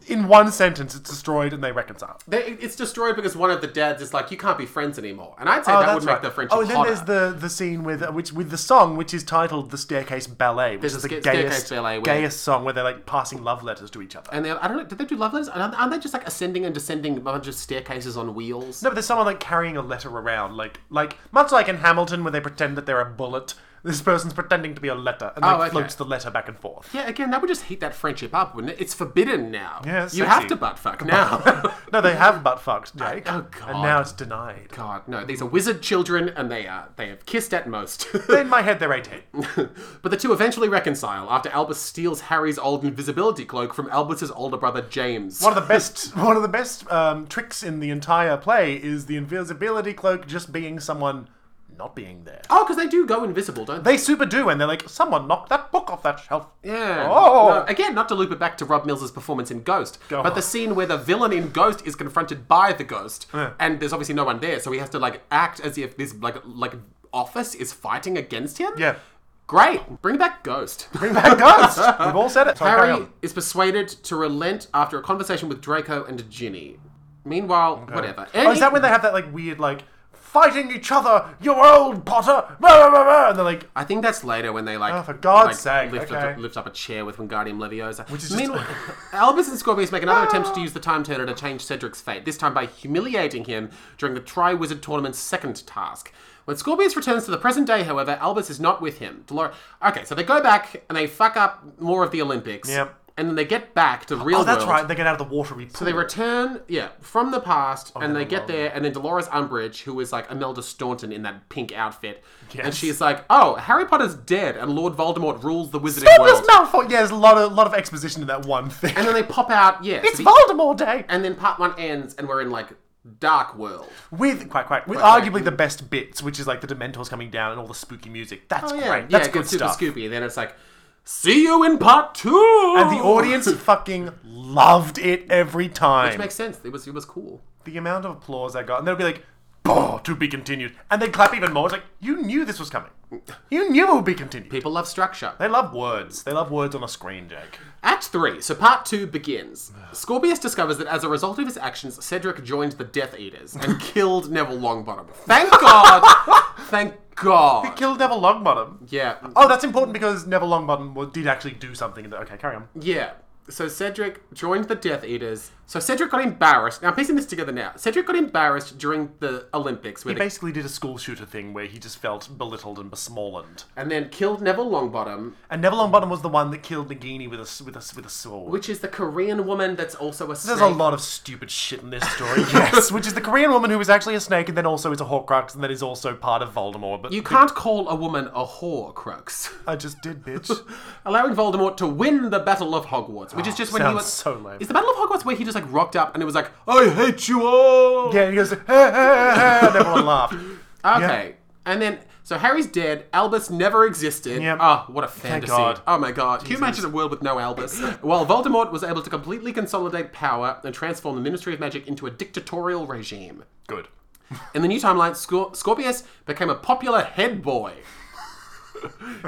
S2: In one sentence, it's destroyed and they reconcile.
S1: They, it's destroyed because one of the dads is like, you can't be friends anymore. And I'd say that would make the friendship
S2: Oh, and then
S1: hotter.
S2: there's the, the scene with uh, which with the song, which is titled "The Staircase Ballet," which
S1: a
S2: is the
S1: sta- staircase
S2: gayest,
S1: ballet where-
S2: gayest song where they're like passing love letters to each other.
S1: and they, I don't know, did they do love letters? Aren't aren't they just like ascending and descending a bunch of staircases on wheels?
S2: No, but there's someone like carrying a letter around, like like much like in Hamilton, where they pretend that they're a bullet. This person's pretending to be a letter and like
S1: Oh, okay.
S2: floats the letter back and forth.
S1: Yeah, again, that would just heat that friendship up, wouldn't it? It's forbidden now.
S2: Yeah, it's
S1: you
S2: sexy.
S1: have to butt fuck now.
S2: No, they have butt fucked, Jake.
S1: oh, God.
S2: And now it's denied.
S1: God, no, these are wizard children, and they are they have kissed at most.
S2: In my head, they're 18.
S1: but the two eventually reconcile after Albus steals Harry's old invisibility cloak from Albus's older brother James.
S2: One of the best, one of the best um, tricks in the entire play is the invisibility cloak just being someone not being there.
S1: Oh, because they do go invisible, don't they?
S2: They super do, and they're like, someone knocked that book off that shelf.
S1: Yeah.
S2: Oh.
S1: No, again, not to loop it back to Rob Mills' performance in Ghost,
S2: Go
S1: but
S2: on.
S1: the scene where the villain in Ghost is confronted by the ghost, and there's obviously no one there, so he has to like act as if this like like office is fighting against him.
S2: Yeah.
S1: Great. Bring back Ghost.
S2: Bring back ghosts. We've all said it. Sorry, carry
S1: Harry
S2: on.
S1: is persuaded to relent after a conversation with Draco and Ginny. Meanwhile, whatever.
S2: Oh, is that when they have that like weird like fighting each other? You're old Potter. Blah, blah, blah, blah. And they're like,
S1: I think that's later when they like.
S2: Oh, for God's
S1: like,
S2: sake,
S1: Lift,
S2: okay.
S1: up, lift up a chair with Wingardium Leviosa. Which
S2: is just- Ah.
S1: Meanwhile, Albus and Scorpius make another attempt to use the Time Turner to change Cedric's fate, this time by humiliating him during the Tri Wizard Tournament's second task. When Scorpius returns to the present day, however, Albus is not with him. Dolores. Okay, so they go back and they fuck up more of the Olympics.
S2: Yep.
S1: And then they get back to real
S2: oh, that's
S1: world.
S2: right. They get out of the watery pool.
S1: So they return, yeah, from the past, and they
S2: they're
S1: get there, and then Dolores Umbridge, who is like Imelda Staunton in that pink outfit, and
S2: Yes.
S1: she's like, "Oh, Harry Potter's dead, and Lord Voldemort rules the wizarding
S2: Oh,
S1: world."
S2: there's Malfoy. Yeah, there's a lot of lot of exposition in that one thing.
S1: And then they pop out, yeah, so
S2: it's
S1: the-
S2: Voldemort Day
S1: and then part one ends, and we're in like dark world.
S2: with quite quite with
S1: quack.
S2: arguably the best bits, which is like the Dementors coming down and all the spooky music. That's
S1: Oh, Yeah,
S2: great.
S1: yeah,
S2: That's
S1: it
S2: good
S1: gets super
S2: stuff.
S1: scoopy. And then it's like, "See you in part two.
S2: And the audience fucking loved it every time.
S1: Which makes sense. It was it was cool.
S2: the amount of applause I got, and they'll be like, "Bah, to be continued. And they clap even more. It's like, you knew this was coming. You knew it would be continued.
S1: People love structure.
S2: They love words. They love words on a screen, Jake.
S1: Act 3, so part 2 begins. Scorpius discovers that as a result of his actions, Cedric joined the Death Eaters and killed Neville Longbottom. Thank God! Thank God!
S2: Kill Neville Longbottom.
S1: Yeah.
S2: Oh, that's important because Neville Longbottom wa- did actually do something. In the, okay, carry on.
S1: Yeah. So Cedric joined the Death Eaters. So Cedric got embarrassed. Now I'm piecing this together now. Cedric got embarrassed during the Olympics where
S2: He
S1: the,
S2: basically did a school shooter thing where he just felt belittled and besmallened.
S1: and then killed Neville Longbottom,
S2: And Neville Longbottom was the one that killed Nagini with a s- with a s- with a sword.
S1: which is the Korean woman that's also a snake.
S2: There's a lot of stupid shit in this story. yes, which is the Korean woman who is actually a snake and then also is a Horcrux and then is also part of Voldemort. But
S1: You can't call a woman a whore, Crooks.
S2: I just did, bitch.
S1: Allowing Voldemort to win the Battle of Hogwarts, which is just when he
S2: sounds
S1: was
S2: so lame.
S1: Is the Battle of Hogwarts where he just like rocked up and it was like, "I hate you all."
S2: yeah, and he goes, hey, hey, hey, and everyone laughed.
S1: Okay. And then so Harry's dead. Albus never existed.
S2: Yep.
S1: Ah, what a fantasy!
S2: God.
S1: Oh my god! Can you imagine a world with no Albus? While Voldemort was able to completely consolidate power and transform the Ministry of Magic into a dictatorial regime.
S2: Good.
S1: In the new timeline, Scor- Scorpius became a popular head boy.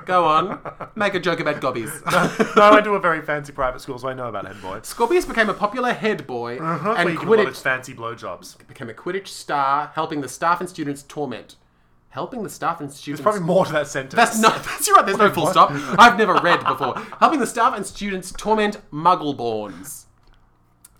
S1: Go on, make a joke about gobbies.
S2: No, I went to a very fancy private school, so I know about head boy.
S1: Scorpius became a popular head boy
S2: Where
S1: and
S2: Uh-huh. you can love
S1: Quidditch
S2: its fancy blowjobs.
S1: became a Quidditch star, helping the staff and students torment. Helping the staff and students.
S2: There's probably more to that sentence.
S1: that's not. That's right. There's no full stop. I've never read before. helping the staff and students torment Muggleborns,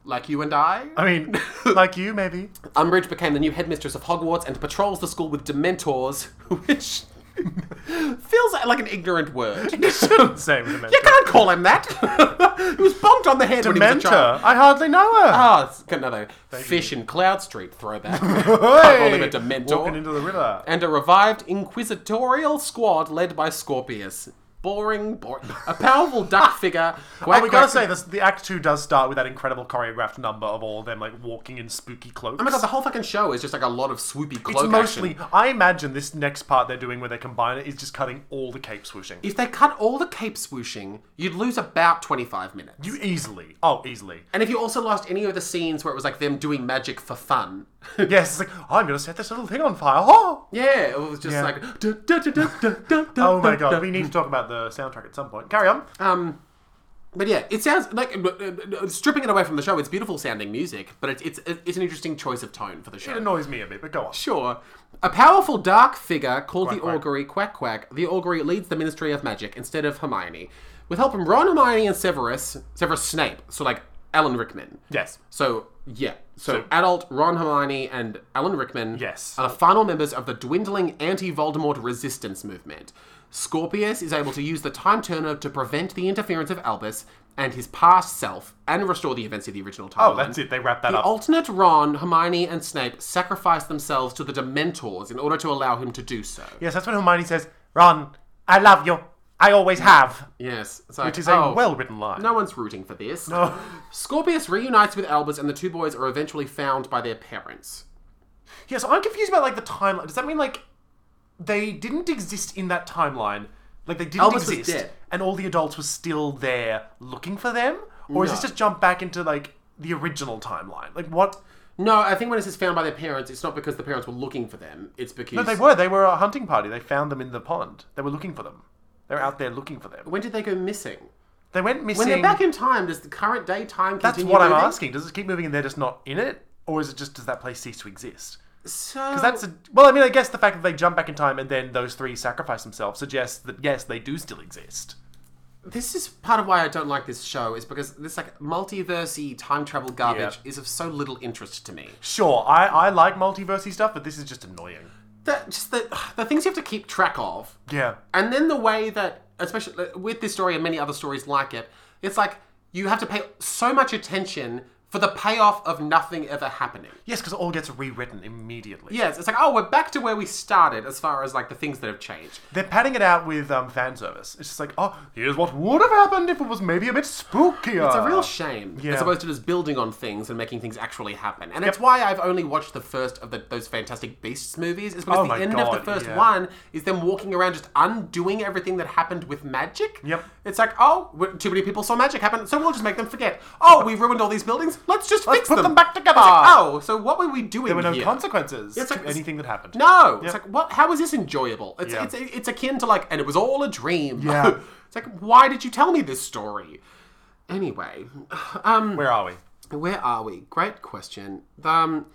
S1: like you and I.
S2: I mean, like you, maybe.
S1: Umbridge became the new headmistress of Hogwarts and patrols the school with Dementors, which feels like an ignorant word. You
S2: Same with Dementor.
S1: can't call him that. he was bonked on the head when he was a child.
S2: Mentor. I hardly know her.
S1: Ah, it's got another fish in Cloud Street throwback.
S2: Hey!
S1: Oliver Dementor.
S2: Walking into the river.
S1: and a revived inquisitorial squad led by Scorpius. Boring, boring. A powerful duck figure.
S2: Oh,
S1: quack,
S2: we gotta
S1: quack-
S2: say this: the Act Two does start with that incredible choreographed number of all of them like walking in spooky cloaks.
S1: Oh my god, the whole fucking show is just like a lot of swoopy cloak
S2: it's mostly.
S1: action.
S2: I imagine this next part they're doing where they combine it is just cutting all the cape swooshing.
S1: If they cut all the cape swooshing, you'd lose about 25 minutes.
S2: you easily. Oh, easily.
S1: and if you also lost any of the scenes where it was like them doing magic for fun,
S2: Yes, it's like I'm gonna set this little thing on fire. Oh.
S1: yeah, it was just
S2: Yeah.
S1: like. "Duh, duh, duh, duh, duh, duh, duh,
S2: Oh
S1: duh,
S2: my
S1: duh."
S2: god, we need to talk about the soundtrack at some point. Carry on.
S1: Um, but yeah, it sounds like uh, uh, uh, stripping it away from the show. It's beautiful sounding music, but it's it's it's an interesting choice of tone for the
S2: It
S1: show.
S2: annoys me a bit, but go on.
S1: Sure. A powerful dark figure called the
S2: quack.
S1: Augury Quack Quack. The Augury leads the Ministry of Magic instead of Hermione, with help from Ron, Hermione, and Severus. Severus Snape. So like Alan Rickman.
S2: Yes.
S1: So yeah. So,
S2: So-
S1: adult Ron, Hermione, and Alan Rickman.
S2: Yes.
S1: Are the final members of the dwindling anti-Voldemort resistance movement. Scorpius is able to use the time turner to prevent the interference of Albus and his past self, and restore the events of the original timeline.
S2: Oh, that's it. They wrap that
S1: The
S2: up.
S1: alternate Ron, Hermione, and Snape sacrifice themselves to the Dementors in order to allow him to do so.
S2: yes, that's when Hermione says, "Ron, I love you. I always have."
S1: Yes, it's like,
S2: Which is
S1: oh,
S2: a well-written line.
S1: no one's rooting for this. Scorpius reunites with Albus, and the two boys are eventually found by their parents.
S2: Yeah, so I'm confused about like the timeline. Does that mean like they didn't exist in that timeline? Like they didn't
S1: Albus was
S2: exist,
S1: dead.
S2: and all the adults were still there looking for them, or is this
S1: No.
S2: just jump back into like the original timeline? Like what?
S1: No, I think when it says found by their parents, it's not because the parents were looking for them. It's because
S2: They were. They were a hunting party. They found them in the pond. They were looking for them. They're out there looking for them.
S1: when did they go missing?
S2: They went missing.
S1: When they're back in time, does the current day time
S2: That's
S1: continue?
S2: what I'm
S1: moving?
S2: asking. Does it keep moving and they're just not in it, or is it just does that place cease to exist?
S1: So
S2: That's a, well, I mean, I guess the fact that they jump back in time and then those three sacrifice themselves suggests that yes, they do still exist.
S1: This is part of why I don't like this show is because this like multiversey time travel garbage
S2: Yeah.
S1: is of so little interest to me.
S2: Sure, I, I like multiversey stuff, but this is just annoying.
S1: That just the the things you have to keep track of,
S2: Yeah.
S1: and then the way that especially uh, with this story and many other stories like it, it's like you have to pay so much attention for the payoff of nothing ever happening.
S2: Yes, because it all gets rewritten immediately.
S1: Yes, it's like oh we're back to where we started as far as like the things that have changed.
S2: They're padding it out with um, fan service. It's just like, oh, here's what would have happened if it was maybe a bit spookier.
S1: It's a real shame
S2: Uh, yeah.
S1: as opposed to just building on things and making things actually happen. And it's why I've only watched the first of the, those Fantastic Beasts movies is because
S2: Oh
S1: the
S2: my
S1: end of
S2: God,
S1: the first
S2: yeah.
S1: one is them walking around just undoing everything that happened with magic.
S2: Yep.
S1: It's like, oh, we- too many people saw magic happen, so we'll just make them forget. Oh, we ruined all these buildings. let's just
S2: Let's
S1: fix
S2: put
S1: them.
S2: them back together.
S1: It's like, oh, so what were we doing
S2: There were no
S1: here?
S2: consequences
S1: It's like-
S2: to anything that happened.
S1: No,
S2: Yeah.
S1: it's like what? How is this enjoyable? It's
S2: Yeah.
S1: it's it's akin to like, and it was all a dream.
S2: Yeah.
S1: it's like, why did you tell me this story? Anyway, um,
S2: Where are we?
S1: where are we? Great question. Um,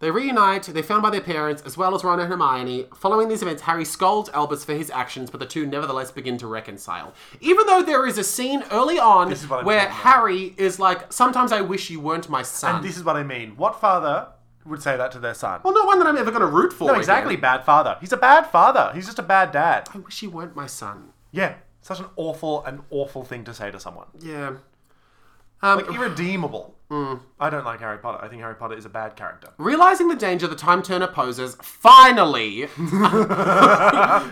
S1: they reunite. They're found by their parents as well as Ron and Hermione. Following these events, Harry scolds Albus for his actions, but the two nevertheless begin to reconcile. Even though there is a scene early on
S2: This is what I'm
S1: where
S2: talking about.
S1: Harry is like, "Sometimes I wish you weren't my son."
S2: This is what I mean. What father would say that to their son?
S1: well, not one that I'm ever going to root for.
S2: no,
S1: again.
S2: exactly. Bad father. He's a bad father. He's just a bad dad.
S1: I wish you weren't my son.
S2: Yeah. Such an awful, an awful thing to say to someone.
S1: Yeah. Um,
S2: Like irredeemable.
S1: Mm.
S2: I don't like Harry Potter. I think Harry Potter is a bad character.
S1: Realizing the danger the time turner poses, finally,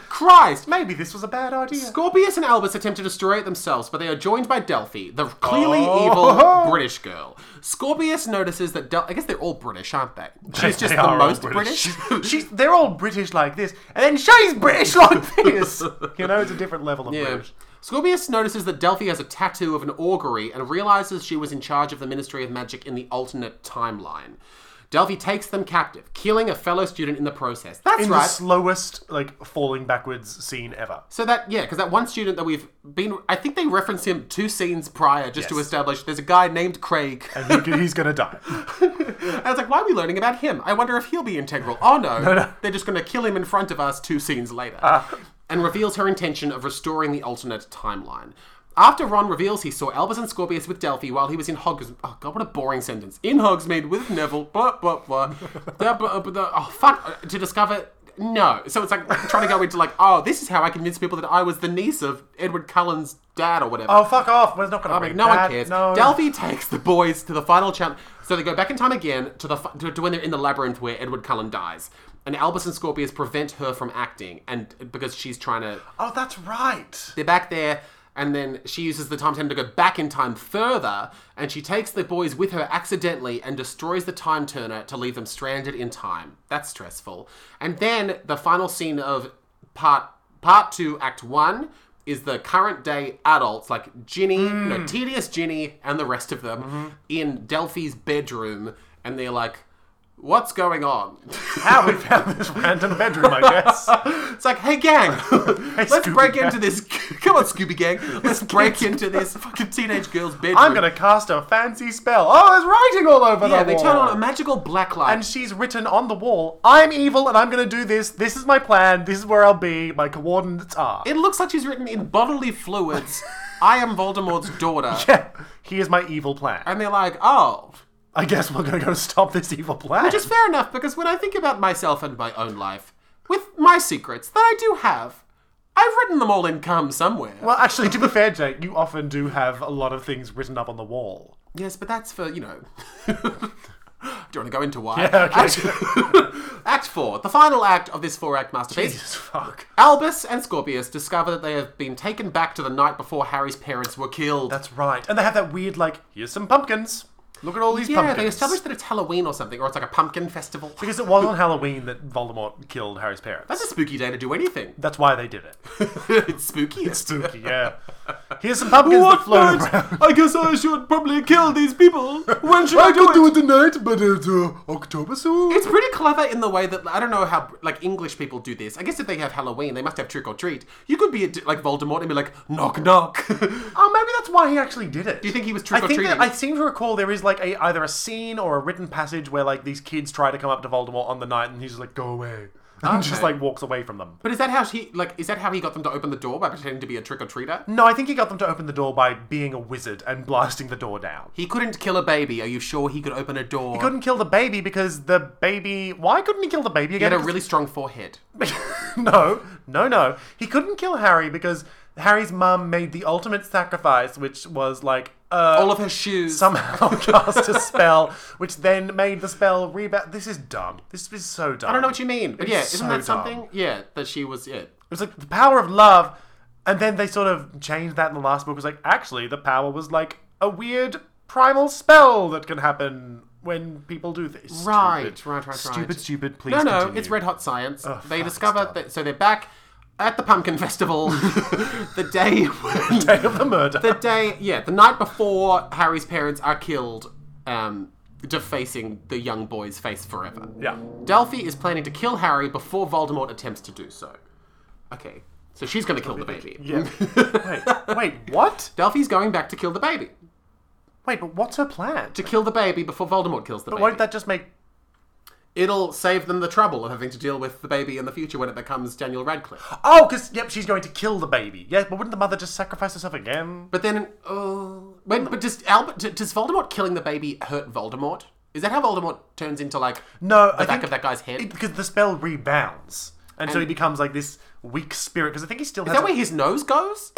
S1: Christ,
S2: Maybe this was a bad idea.
S1: Scorpius and Albus attempt to destroy it themselves, but they are joined by Delphi, the clearly
S2: Oh.
S1: evil British girl. Scorpius notices that Del- I guess they're all British, aren't they? She's
S2: They
S1: just the
S2: are all
S1: most British.
S2: She's, she's- they're all British like this, and then she's British like this. You know, it's a different level of
S1: Yeah.
S2: British.
S1: Scorpius notices that Delphi has a tattoo of an augury and realizes she was in charge of the Ministry of Magic in the alternate timeline. Delphi takes them captive, killing a fellow student in the process. That's
S2: In the
S1: right.
S2: slowest, like falling backwards scene ever.
S1: So that yeah, because that one student that we've been, I think they reference him two scenes prior just to
S2: Yes.
S1: establish there's a guy named Craig.
S2: And he- he's gonna die.
S1: I was like, why are we learning about him? I wonder if he'll be integral. Oh no, Ah. they're just going to kill him in front of us two scenes later. And reveals her intention of restoring the alternate timeline. After Ron reveals he saw Albus and Scorpius with Delphi while he was in Hogsmeade. Oh god, what a boring sentence. In Hogsmeade with Neville, blah, blah, blah. blah, blah, blah. Oh fuck, to discover. No. So it's like trying to go into like, oh, this is how I convince people that I was the niece of Edward Cullen's dad or whatever.
S2: Oh fuck off! We're not gonna.
S1: Like,
S2: read
S1: no
S2: that.
S1: one cares.
S2: No.
S1: Delphi takes the boys to the final challenge. So they go back in time again to the fi- to, to when they're in the labyrinth where Edward Cullen dies, and Albus and Scorpius prevent her from acting, and because she's trying to,
S2: Oh, that's right.
S1: they're back there, and then she uses the time turner to go back in time further, and she takes the boys with her accidentally and destroys the time turner to leave them stranded in time. That's stressful. And then the final scene of part part two, act one. Is the current day adults like Ginny, no, tedious Ginny, and the rest of them in Delphi's bedroom, and they're like, "What's going on?"
S2: How we found this random bedroom, I guess.
S1: It's like, hey gang, let's
S2: Scooby
S1: break
S2: Gang.
S1: into this. Come on, Scooby Gang, let's break into this fucking teenage girl's bedroom.
S2: I'm gonna cast a fancy spell. Oh, there's writing all over
S1: Yeah,
S2: the
S1: they
S2: wall.
S1: turn on a magical black light.
S2: and she's written on the wall, I'm evil and I'm gonna do this, this is my plan, this is where I'll be, my coordinates are.
S1: it looks like she's written in bodily fluids. I am Voldemort's daughter.
S2: Yeah, here's my evil plan.
S1: And they're like, oh,
S2: I guess we're gonna go stop this evil plan.
S1: which is fair enough because when I think about myself and my own life, with my secrets that I do have, I've written them all in cum somewhere.
S2: well, actually, to be fair, Jake, you often do have a lot of things written up on the wall.
S1: Yes, but that's for, you know. do you want to go into why?
S2: Yeah, okay.
S1: act, act 4, the final act of this four act masterpiece.
S2: Jesus fuck.
S1: Albus and Scorpius discover that they have been taken back to the night before Harry's parents were killed.
S2: That's right. And they have that weird, like, here's some pumpkins. Look at all these
S1: yeah,
S2: pumpkins.
S1: they established that it's Halloween or something, or it's like a pumpkin festival.
S2: Because it was on Halloween that Voldemort killed Harry's parents.
S1: That's a spooky day to do anything.
S2: That's why they did it.
S1: it's spooky.
S2: Spooky, yeah. Here's some pumpkins that float around.
S1: I guess I should probably kill these people. When should
S2: it tonight, but it's uh, October soon.
S1: It's pretty clever in the way that I don't know how like English people do this. I guess if they have Halloween, they must have trick or treat. You could be like Voldemort and be like knock knock. do
S2: Oh, maybe that's why he actually did it. Do
S1: you think he was trick
S2: I
S1: or
S2: think
S1: treating?
S2: that, I seem to recall there is like a either a scene or a written passage where like these kids try to come up to Voldemort on the night and he's just like go away and just like walks away from them.
S1: But is that how he like? Is that how he got them to open the door by pretending to be a trick or treater?
S2: No, I think he got them to open the door by being a wizard and blasting the door down.
S1: He couldn't kill a baby. Are you sure he could open a door? He
S2: Couldn't kill the baby because the baby. Why couldn't he kill the baby again?
S1: had a really strong forehead.
S2: no, no, no. He couldn't kill Harry because Harry's mum made the ultimate sacrifice, which was like uh,
S1: All of her shoes.
S2: somehow cast a spell, which then made the spell rebound. This is dumb. This is so dumb.
S1: I don't know what you mean, but yeah,
S2: It's
S1: isn't
S2: so
S1: that something? Yeah, that she was it.
S2: It was like the power of love, and then they sort of changed that in the last book. It was like actually the power was like a weird primal spell that can happen when people do this.
S1: Right,
S2: stupid,
S1: right, right, right.
S2: Stupid, stupid. Please
S1: No, no,
S2: continue. Oh,
S1: it's red hot science. they
S2: fuck,
S1: discover
S2: stop.
S1: that, so they're back at the pumpkin festival. the day when
S2: Day of the murder.
S1: the day, yeah, the night before Harry's parents are killed, um, defacing the young boy's face forever.
S2: Yeah.
S1: Delphi is planning to kill Harry before Voldemort attempts to do so. Okay, so she's going to kill the baby.
S2: Yeah. wait, wait, what?
S1: Delphi's going back to kill the baby.
S2: Wait, but what's her plan?
S1: To kill the baby before Voldemort kills the baby.
S2: Won't that just make
S1: It'll save them the trouble of having to deal with the baby in the future when it becomes Daniel Radcliffe.
S2: Oh, because yep, she's going to kill the baby. Yeah, but wouldn't the mother just sacrifice herself again?
S1: But then, oh, wait, but does Albert d- does Voldemort killing the baby hurt Voldemort? Is that how Voldemort turns into like
S2: No,
S1: the
S2: I
S1: back
S2: think
S1: of that guy's head?
S2: it- because the spell rebounds, and, so he becomes like this weak spirit. Because I think he still
S1: Is
S2: has.
S1: that where his nose goes?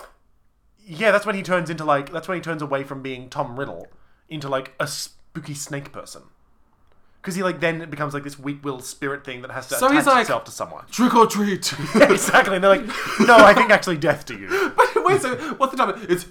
S2: yeah, that's when he turns into like that's when he turns away from being Tom Riddle into like a spooky snake person. Because he like then becomes like this weak-willed spirit thing that has to
S1: So
S2: attach
S1: he's like-
S2: itself to someone.
S1: Trick or treat.
S2: exactly, and they're like, no, I think actually death to you.
S1: But wait, so what's the time? It's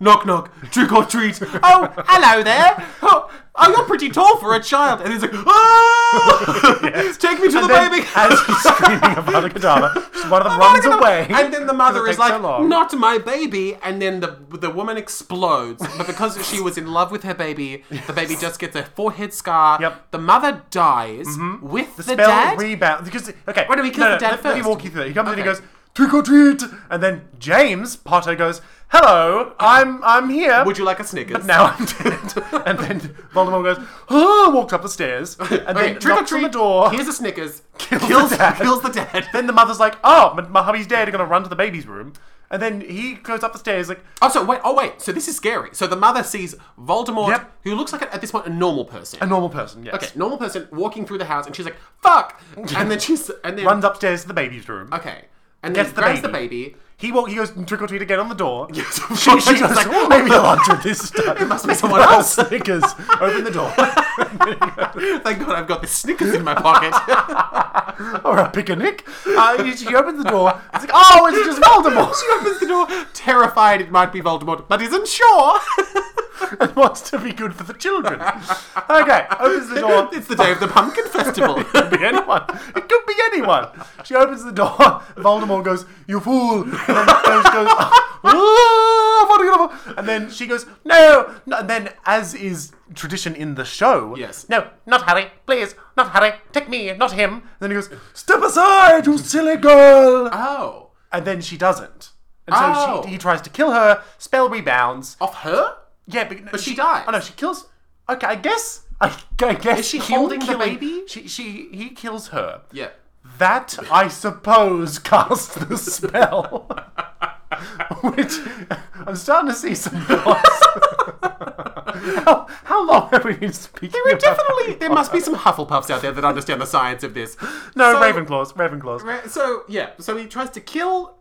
S1: knock knock, trick or treat. Oh, hello there. Oh, oh you're pretty tall for a child. And he's like, oh, take me to the
S2: And then
S1: baby.
S2: as he's screaming about the cadaver, just one of them runs away,
S1: And then the mother
S2: 'cause it
S1: is
S2: takes so
S1: like,
S2: long.
S1: "Not my baby!" And then the the woman explodes. But because she was in love with her baby, the baby just gets a forehead scar.
S2: Yep. Mm-hmm.
S1: The mother dies with the,
S2: spell
S1: dad.
S2: rebound because okay.
S1: Why don't we kill the dad
S2: let, let me
S1: first?
S2: walk you through. it. He comes in and he
S1: Okay.
S2: goes trick or treat, and then James Potter goes, "Hello, I'm I'm here."
S1: Would you like a Snickers?
S2: now I'm dead. and then Voldemort goes, oh, walks up the stairs, and
S1: Okay,
S2: then
S1: trick or
S2: knocks on
S1: treat.
S2: the door.
S1: Here's a Snickers.
S2: Kills the
S1: kills
S2: dad.
S1: kills the dad.
S2: Then the mother's like, "Oh, my, my hubby's dead. I'm gonna run to the baby's room." And then he goes up the stairs like,
S1: Oh, so wait. Oh, wait. So this is scary. So the mother sees Voldemort,
S2: Yep.
S1: who looks like at this point a normal person.
S2: "A normal person, yes."
S1: okay, normal person walking through the house, and she's like, "Fuck!" And then she's and then
S2: Runs upstairs to the baby's room.
S1: okay, and then
S2: Gets the
S1: grabs
S2: baby.
S1: the baby.
S2: He walk. He goes trick or treat again on the door.
S1: Yes,
S2: she, she goes.
S1: she's like,
S2: "Oh, maybe I'll answer this time. It
S1: must be someone else."
S2: Snickers. Open the door.
S1: Thank God I've got the Snickers in my pocket.
S2: or a picnic. Uh, he- she opens the door. It's like, oh, it's just Voldemort.
S1: she opens the door, terrified it might be Voldemort, but isn't sure.
S2: and wants to be good for the children. Okay, opens the door.
S1: it's the day of the pumpkin festival.
S2: could be anyone. It could be anyone. She opens the door. Voldemort goes, "You fool!" And then Rose goes, "Ah, Voldemort!" And then she goes, "No!" no. And then, as is tradition in the show,
S1: Yes.
S2: "No, not Harry, please, not Harry. Take me, not him." And then he goes, "Step aside, you silly girl!"
S1: oh,
S2: And then she doesn't. And so
S1: Oh.
S2: she, he tries to kill her. Spell rebounds.
S1: off her?
S2: Yeah, but,
S1: she dies.
S2: Oh no, she kills. Okay, I guess. I, I guess
S1: Is she
S2: him
S1: holding the
S2: killing-
S1: baby?
S2: She she he kills her.
S1: Yeah.
S2: That I suppose casts the spell, which I'm starting to see some flaws. how, how long have we been speaking? There
S1: But definitely, there must be some Hufflepuffs out there that understand the science of this.
S2: no
S1: so,
S2: Ravenclaws. Ravenclaws
S1: Ra- So yeah, so he tries to kill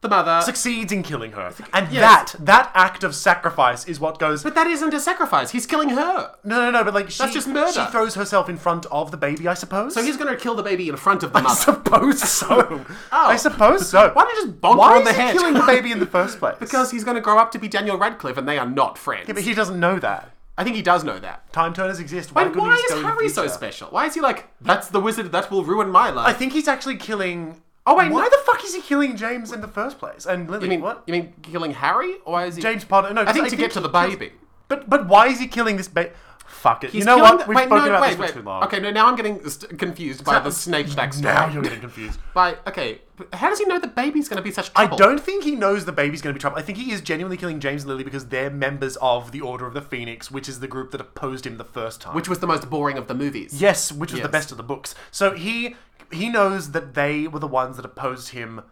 S1: the mother.
S2: succeeds in killing her, and
S1: Yes.
S2: that that act of sacrifice is what goes.
S1: but that isn't a sacrifice. He's killing her.
S2: no, no, no. But like she,
S1: just murder.
S2: She throws herself in front of the baby, I suppose.
S1: So he's going to kill the baby in front of the mother.
S2: suppose so. I suppose so.
S1: Why don't you just bonk her
S2: Why
S1: on
S2: is
S1: the
S2: he
S1: head?
S2: killing the baby in the first place?
S1: because he's going to grow up to be Daniel Radcliffe, and they are not friends.
S2: but he doesn't know that.
S1: I think he does know that.
S2: Time turners exist. Why,
S1: And
S2: couldn't
S1: why
S2: he just
S1: is
S2: go in the
S1: Harry so
S2: future?
S1: special? Why is he like, that's the wizard that will ruin my
S2: I
S1: life?
S2: think he's actually killing. Oh wait, why
S1: no.
S2: the fuck is he killing James in the first place? And Lily,
S1: you mean
S2: what?
S1: You mean killing Harry, or why is he?
S2: James Potter? No,
S1: I think to get to the baby.
S2: But but why is he killing this baby? Fuck it.
S1: He's
S2: you know
S1: killing
S2: what?
S1: the-
S2: We've
S1: wait,
S2: spoken
S1: no,
S2: about
S1: wait,
S2: this
S1: wait.
S2: for too long.
S1: Okay, no, now I'm getting st- confused by the snake backstory.
S2: Now you're getting confused.
S1: By okay, but how does he know the baby's going to be such
S2: I
S1: trouble?
S2: don't think he knows the baby's going to be trouble. I think he is genuinely killing James and Lily because they're members of the Order of the Phoenix, which is the group that opposed him the first time.
S1: Which was the most boring of the movies.
S2: Yes, which was the
S1: Yes.
S2: best of the books. So he he knows that they were the ones that opposed him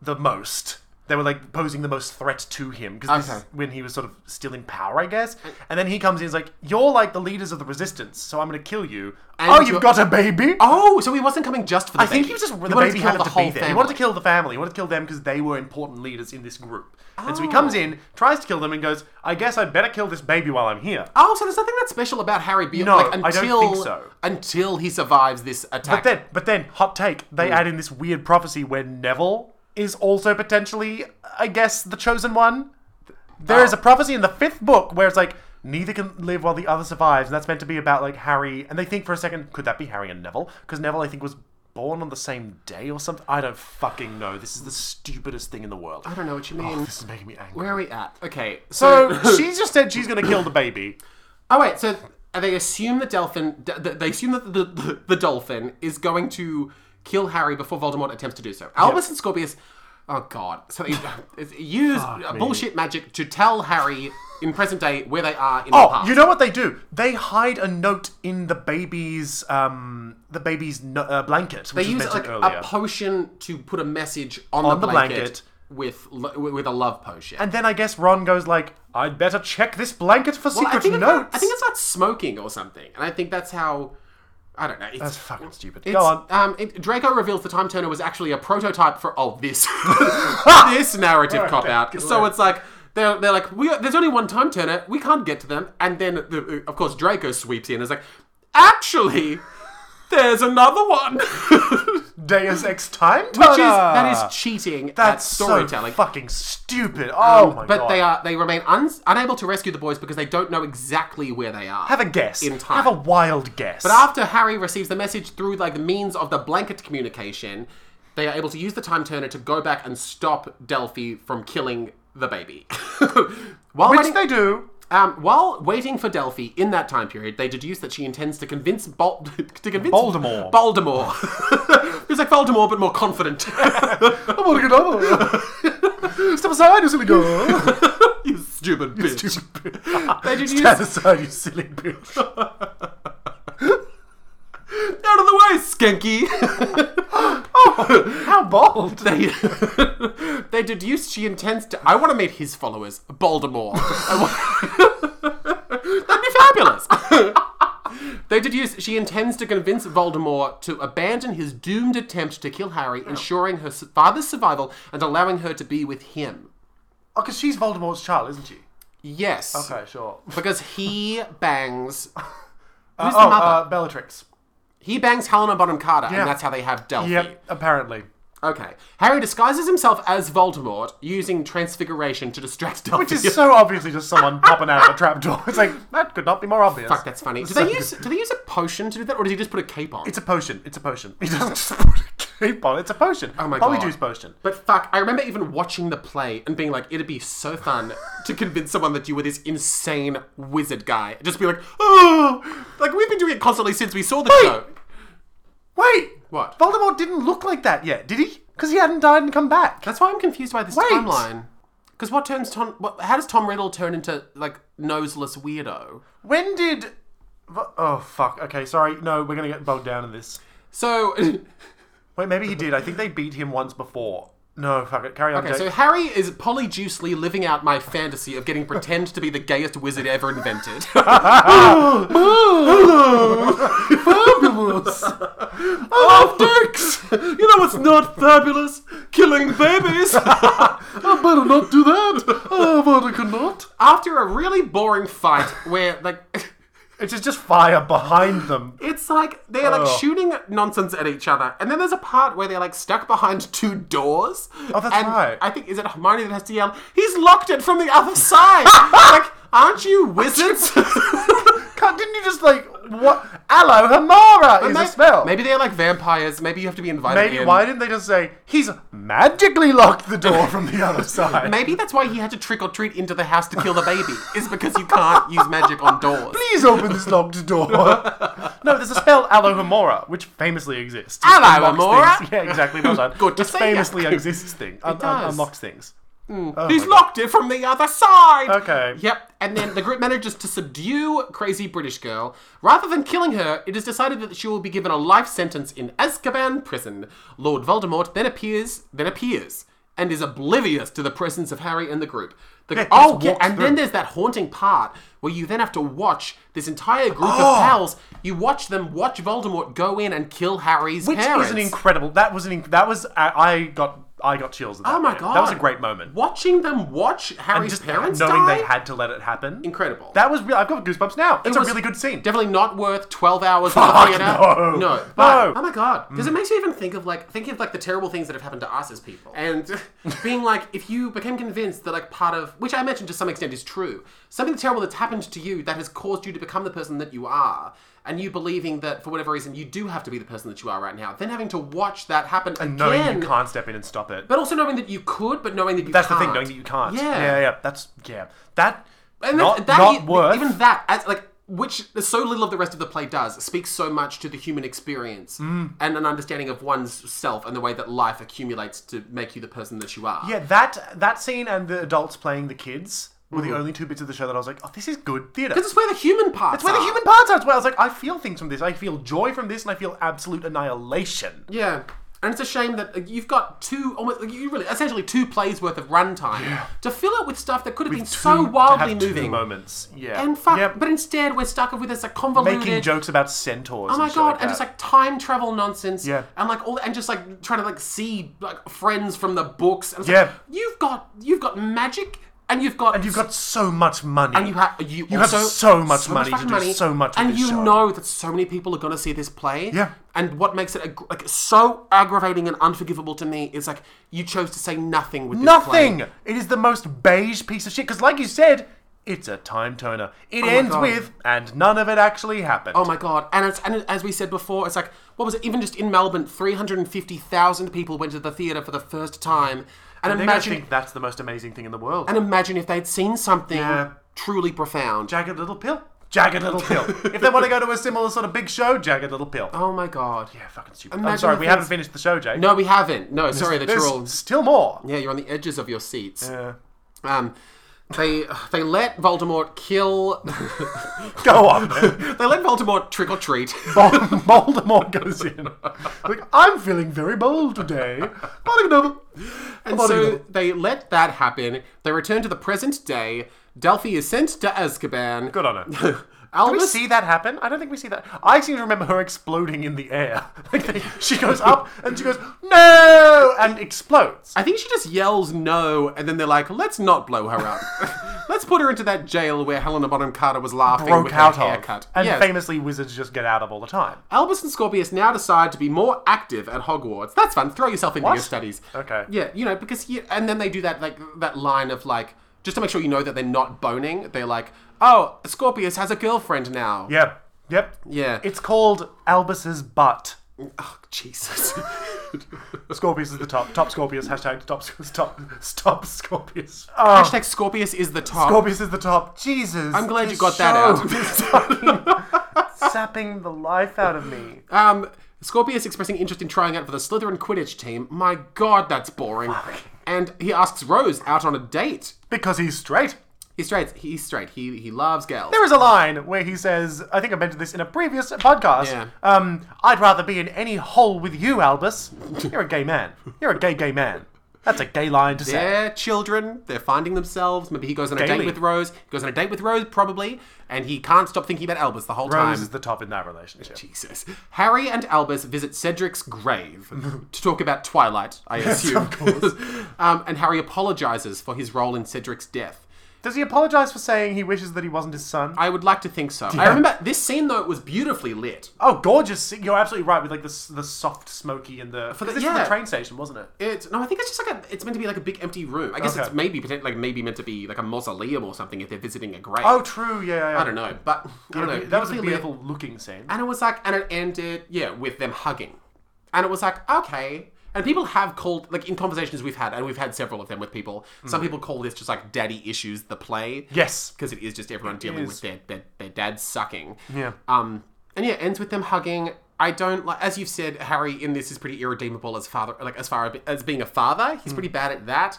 S2: the most. They were like posing the most threat to him because
S1: Okay.
S2: when he was sort of still in power, I guess. And then he comes in, he's like, "You're like the leaders of the resistance, so I'm going to kill you." oh,
S1: you're-
S2: you've got a baby.
S1: Oh, so he wasn't coming just for the
S2: I
S1: baby.
S2: think he was just the
S1: wanted
S2: baby
S1: to kill
S2: had to
S1: the whole
S2: be there. He
S1: family.
S2: wanted to kill the family. He wanted to kill them because they were important leaders in this group. And so he
S1: Oh.
S2: comes in, tries to kill them, and goes, "I guess I'd better kill this baby while I'm here."
S1: Oh, so there's nothing that's special about Harry beyond
S2: No,
S1: like,
S2: I
S1: until
S2: don't think so.
S1: until he survives this attack.
S2: But then, but then, hot take. They
S1: Mm.
S2: add in this weird prophecy where Neville is also potentially, I guess, the chosen one. There is
S1: Oh.
S2: a prophecy in the fifth book where it's like neither can live while the other survives, and that's meant to be about like Harry. And they think for a second, could that be Harry and Neville? Because Neville, I think, was born on the same day or something. I don't fucking know. This is the stupidest thing in the world.
S1: I don't know what you mean.
S2: Oh, This is making me angry.
S1: Where are we at? Okay,
S2: So she just said she's gonna kill the baby.
S1: Oh wait, so and they assume the dolphin. d- They assume that the, the, the dolphin is going to kill Harry before Voldemort attempts to do so. Albus and Scorpius. Oh God! So they it's- use uh, bullshit magic to tell Harry in present day where they are in the
S2: Oh,
S1: past.
S2: you know what they do? They hide a note in the baby's um the baby's no, uh, blanket, which
S1: they
S2: was
S1: use
S2: mentioned
S1: like
S2: earlier.
S1: a potion to put a message on,
S2: On
S1: the,
S2: the
S1: blanket
S2: blanket.
S1: with lo- with a love potion.
S2: and then I guess Ron goes like, "I'd better check this blanket for
S1: Well, I
S2: secret
S1: think it's
S2: notes."
S1: about- I think it's about smoking or something, and I think that's how. I don't know. It's,
S2: that's fucking stupid.
S1: It's,
S2: Go on.
S1: Um, it, Draco reveals the time turner was actually a prototype for oh this this narrative cop out. So it's like they're, they're like we there's only one time turner. We can't get to them. And then the, of course Draco sweeps in and is like, actually, there's another one. Which
S2: Deus Ex time turner.
S1: is that is cheating
S2: That's
S1: at
S2: so
S1: storytelling. Um,
S2: fucking stupid. Oh my
S1: but
S2: god.
S1: they are they remain un, unable to rescue the boys because they don't know exactly where they are.
S2: Have a guess.
S1: In time.
S2: Have a wild guess.
S1: But after Harry receives the message through like the means of the blanket communication, they are able to use the time turner to go back and stop Delphi from killing the baby. while,
S2: which
S1: waiting,
S2: they do.
S1: um, while waiting for Delphi in that time period, they deduce that she intends to convince Bol- to convince
S2: Voldemort.
S1: Voldemort. He's like Voldemort, but more confident.
S2: I
S1: Oh
S2: want to get over. Step aside, you silly girl.
S1: you stupid bitch.
S2: Stupid
S1: They deduce
S2: Stand aside, you silly bitch.
S1: out of the way, skanky.
S2: How bold.
S1: they they deduce she intends to. I want to meet his followers, Voldemort. I wa- That'd be fabulous. they deduce she intends to convince Voldemort to abandon his doomed attempt to kill Harry,
S2: Oh.
S1: ensuring her su- father's survival and allowing her to be with him.
S2: Oh, because she's Voldemort's child, isn't she?
S1: Yes,
S2: Okay, sure.
S1: because he bangs. Who's the
S2: oh,
S1: mother?
S2: uh, Bellatrix.
S1: he bangs Helena Bonham Carter,
S2: yeah.
S1: and that's how they have Delphi.
S2: Yep, apparently.
S1: Okay. Harry disguises himself as Voldemort using transfiguration to distract Delphi.
S2: Which is so obviously just someone popping out of a trapdoor. It's like, that could not be more obvious.
S1: Fuck, that's funny. Do they use do they use a potion to do that, or does he just put a cape on?
S2: It's a potion. It's a potion. He doesn't just put a cape on. It's a potion. Oh
S1: my
S2: Polyjuice
S1: God.
S2: potion.
S1: but fuck, I remember even watching the play and being like, it'd be so fun to convince someone that you were this insane wizard guy. Just be like, oh, like we've been doing it constantly since we saw the show.
S2: Wait!
S1: What?
S2: Voldemort didn't look like that yet, did he? Because he hadn't died and come back.
S1: That's why I'm confused by this
S2: Wait.
S1: timeline. Because what turns Tom? What, how does Tom Riddle turn into like noseless weirdo?
S2: When did. Vo- Oh, fuck. Okay, sorry. No, we're going to get bogged down in this.
S1: So
S2: Wait, maybe he did. I think they beat him once before. No, fuck it. Carry on,
S1: Okay,
S2: Jake.
S1: so Harry is polyjuicely living out my fantasy of getting pretend to be the gayest wizard ever invented. fabulous! I love dicks! You know what's not fabulous? Killing babies!
S2: I better not do that. Oh, but I could not.
S1: After a really boring fight where, like,
S2: It's just fire behind them.
S1: it's like they're like
S2: Oh.
S1: shooting nonsense at each other, and then there's a part where they're like stuck behind two doors.
S2: Oh, that's
S1: and
S2: right.
S1: I think is it Hermione that has to yell, "He's locked it from the other side!" like, aren't you wizards?
S2: Can't, didn't you just like what? Aloe Hamara is
S1: May-
S2: a spell.
S1: Maybe they're like vampires. Maybe you have to be invited
S2: Maybe
S1: in.
S2: why didn't they just say he's magically locked the door from the other side?
S1: Maybe that's why he had to trick or treat into the house to kill the baby. is because you can't use magic on doors.
S2: Please open this locked door. no, there's a spell Aloe Hamora, which famously exists. It
S1: Aloe
S2: unlocks
S1: Hamora?
S2: things. Yeah, exactly. Well done.
S1: Good to
S2: This
S1: see ya.
S2: famously exists thing. Un- un-
S1: does.
S2: unlocks things.
S1: He's locked it from the other side.
S2: Oh Okay.
S1: Yep. And then the group manages to subdue crazy British girl. Rather than killing her, it is decided that she will be given a life sentence in Azkaban prison. Lord Voldemort then appears, then appears, and is oblivious to the presence of Harry and the group. The,
S2: Yeah, he
S1: oh,
S2: just
S1: yeah,
S2: walks
S1: and
S2: through.
S1: then there's that haunting part where you then have to watch this entire group
S2: Oh!
S1: of pals. You watch them watch Voldemort go in and kill Harry's
S2: Which
S1: parents.
S2: is an incredible. That was an. inc- That was. I, I got. I got chills. At that
S1: Oh my
S2: bit.
S1: god!
S2: That was a great moment.
S1: Watching them watch Harry's
S2: Just
S1: parents
S2: knowing
S1: die?
S2: they had to let it happen.
S1: Incredible.
S2: That was real. I've got goosebumps now. It's a
S1: was
S2: really good scene.
S1: Definitely not worth 12 hours
S2: Fuck
S1: of looking at
S2: no.
S1: it. No. But,
S2: No.
S1: Oh my god. Because it makes you even think of like thinking of like the terrible things that have happened to us as people. And being like, if you became convinced that like part of which I imagine to some extent is true, something terrible that's happened to you that has caused you to become the person that you are, and you believing that for whatever reason you do have to be the person that you are right now, then having to watch that happen again.
S2: knowing you can't step in and stop it.
S1: But also knowing that you could, but knowing that you
S2: that's
S1: can't.
S2: the thing, knowing that you can't.
S1: Yeah.
S2: yeah, yeah. That's yeah. That
S1: And
S2: not
S1: that, that
S2: not
S1: e-
S2: worth.
S1: even that as like which so little of the rest of the play does speaks so much to the human experience
S2: Mm.
S1: and an understanding of one's self and the way that life accumulates to make you the person that you are.
S2: Yeah, that that scene and the adults playing the kids were the only two bits of the show that I was like, oh, this is good theatre.
S1: This is where the human parts.
S2: It's where the
S1: are.
S2: human parts are as well. I was like, I feel things from this. I feel joy from this, and I feel absolute annihilation.
S1: Yeah. And it's a shame that uh, you've got two, almost like, you really, essentially two plays worth of runtime to fill it with stuff that could have been so
S2: Two- to
S1: wildly
S2: have two
S1: moving.
S2: moments. Yeah.
S1: And fuck,
S2: Yep.
S1: but instead we're stuck with this like convoluted.
S2: making jokes about centaurs.
S1: Oh my
S2: and shit
S1: god!
S2: like
S1: and
S2: that.
S1: just like time travel nonsense.
S2: Yeah.
S1: And like all, and just like trying to like see like friends from the books. And it's
S2: Yeah.
S1: Like, you've got you've got magic, and you've got
S2: And you've got so much money.
S1: and you have you,
S2: You have
S1: also-
S2: so much money
S1: fucking
S2: to do so much with
S1: and
S2: this
S1: you
S2: show.
S1: know that so many people are going to see this play.
S2: Yeah.
S1: And what makes it ag- like so aggravating and unforgivable to me is like you chose to say nothing with this
S2: Nothing.
S1: play.
S2: It is the most beige piece of shit. Because, like you said, it's a time turner. It ends
S1: Oh God.
S2: with, and none of it actually happened.
S1: Oh my god! And it's and as we said before, it's like what was it? Even just in Melbourne, three hundred and fifty thousand people went to the theatre for the first time. And,
S2: They're gonna
S1: imagine
S2: think that's the most amazing thing in the world.
S1: and imagine if they'd seen something
S2: Yeah.
S1: truly profound.
S2: Jagged Little Pill. Jagged Little Pill. if they want to go to a similar sort of big show, Jagged Little Pill.
S1: oh my god!
S2: Yeah, fucking stupid. I'm
S1: Imagine
S2: sorry,
S1: the
S2: we
S1: things-
S2: haven't finished the show, Jake.
S1: No, we haven't. No, sorry, that
S2: There's
S1: you're all
S2: still more.
S1: Yeah, you're on the edges of your seats. Um, they they let Voldemort kill.
S2: Go on. then.
S1: they let Voldemort trick or treat.
S2: Voldemort goes in. Like, I'm feeling very bold today. Not even over.
S1: And
S2: Not
S1: so
S2: even over.
S1: they let that happen. They return to the present day. Delphi is sent to Azkaban.
S2: Good on her. Do we
S1: Albus.
S2: see that happen? I don't think we see that. I seem to remember her exploding in the air. Like they, she goes up and she goes no and explodes.
S1: I think she just yells no, and then they're like, "Let's not blow her up. Let's put her into that jail where Helena Bonham Carter was laughing
S2: Broke
S1: with
S2: out
S1: her haircut."
S2: of and
S1: Yes.
S2: famously wizards just get out of all the time.
S1: Albus and Scorpius now decide to be more active at Hogwarts. That's fun. Throw yourself into
S2: What?
S1: your studies.
S2: Okay.
S1: Yeah, you know, because you, and then they do that like that line of like just to make sure you know that they're not boning. They're like, "Oh, Scorpius has a girlfriend now."
S2: Yep. Yep.
S1: Yeah.
S2: It's called Albus's butt.
S1: Oh, Jesus.
S2: Scorpius is the top. Top Scorpius. Hashtag top. Stop. Stop Scorpius.
S1: Hashtag Scorpius is the top.
S2: Scorpius is the top. Jesus.
S1: I'm glad
S2: this
S1: you got that
S2: show
S1: out.
S2: is fucking sapping the life out of me.
S1: Um, Scorpius expressing interest in trying out for the Slytherin Quidditch team. My God, that's boring. And he asks Rose out on a date.
S2: Because he's straight.
S1: He's straight. He's straight. He he loves girls.
S2: There is a line where he says, I think I mentioned this in a previous podcast.
S1: Yeah.
S2: Um, I'd rather be in any hole with you, Albus. You're a gay man. You're a gay, gay man. That's a gay line to say.
S1: They're children. They're finding themselves. Maybe he goes on a
S2: Daily.
S1: date with Rose. He goes on a date with Rose, probably, and he can't stop thinking about Albus the whole
S2: Rose
S1: time.
S2: is the top in that relationship.
S1: Jesus. Harry and Albus visit Cedric's grave to talk about Twilight, I assume. um, and Harry apologizes for his role in Cedric's death.
S2: Does he apologize for saying he wishes that he wasn't his son?
S1: I would like to think so. I remember this scene though it was beautifully lit.
S2: Oh, gorgeous! You're absolutely right with like the s- the soft smoky and the for
S1: the-
S2: this is the
S1: yeah.
S2: train station, wasn't it?
S1: It's no, I think it's just like a. It's meant to be like a big empty room. I guess
S2: Okay.
S1: it's maybe potent- like maybe meant to be like a mausoleum or something if they're visiting a grave.
S2: Oh, true. Yeah, yeah.
S1: I don't know, but I don't know.
S2: That was a
S1: beautifully lit.
S2: beautiful looking scene.
S1: And it was like, and it ended, yeah, with them hugging. And it was like, okay. And people have called, like in conversations we've had, and we've had several of them with people, some people call this just like daddy issues, the play.
S2: Mm. Yes.
S1: Because it is just everyone dealing with
S2: is.
S1: their, their, their dad sucking.
S2: Yeah.
S1: Um, and yeah, it ends with them hugging. I don't like, as you've said, Harry in this is pretty irredeemable as father, like as far as being a father.
S2: Mm.
S1: He's pretty bad at that.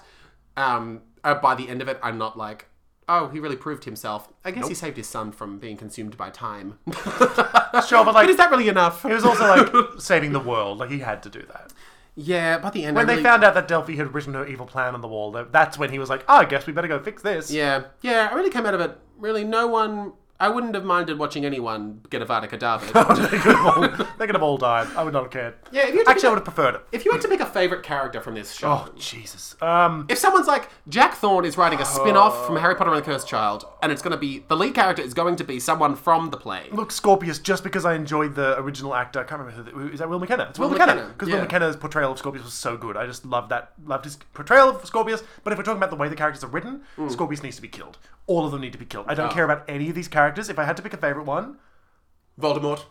S1: Um, uh, by the end of it, I'm not like, oh, he really proved himself. I guess he saved his son from being consumed by time.
S2: Sure, but like
S1: But is that really enough?
S2: it was also like saving the world. Like he had to do that.
S1: Yeah, by the end
S2: When
S1: I
S2: they
S1: really-
S2: found out that Delphi had written her evil plan on the wall, that- that's when he was like, oh, I guess we better go fix this.
S1: Yeah, yeah, I really came out of it. Really, no one. I wouldn't have minded watching anyone get a Vada Kedavra.
S2: they could have all, they could have all died. I would not have cared.
S1: Yeah, if you had to
S2: actually, I would have preferred it.
S1: if you had to pick a favorite character from this show,
S2: Oh Jesus. Um,
S1: if someone's like Jack Thorne is
S2: Oh.
S1: writing a spin-off from Harry Potter and the Cursed Child, and it's going to be the lead character is going to be someone from the play.
S2: look, Scorpius. Just because I enjoyed the original actor, I can't remember who. The, is that Will McKenna? It's Will,
S1: Will
S2: McKenna.
S1: McKenna,
S2: Because
S1: yeah.
S2: Will McKenna's portrayal of Scorpius was so good. I just loved that. Loved his portrayal of Scorpius. But if we're talking about the way the characters are written,
S1: Mm.
S2: Scorpius needs to be killed. All of them need to be killed. I don't
S1: Oh.
S2: care about any of these characters. If I had to pick a favorite one,
S1: Voldemort.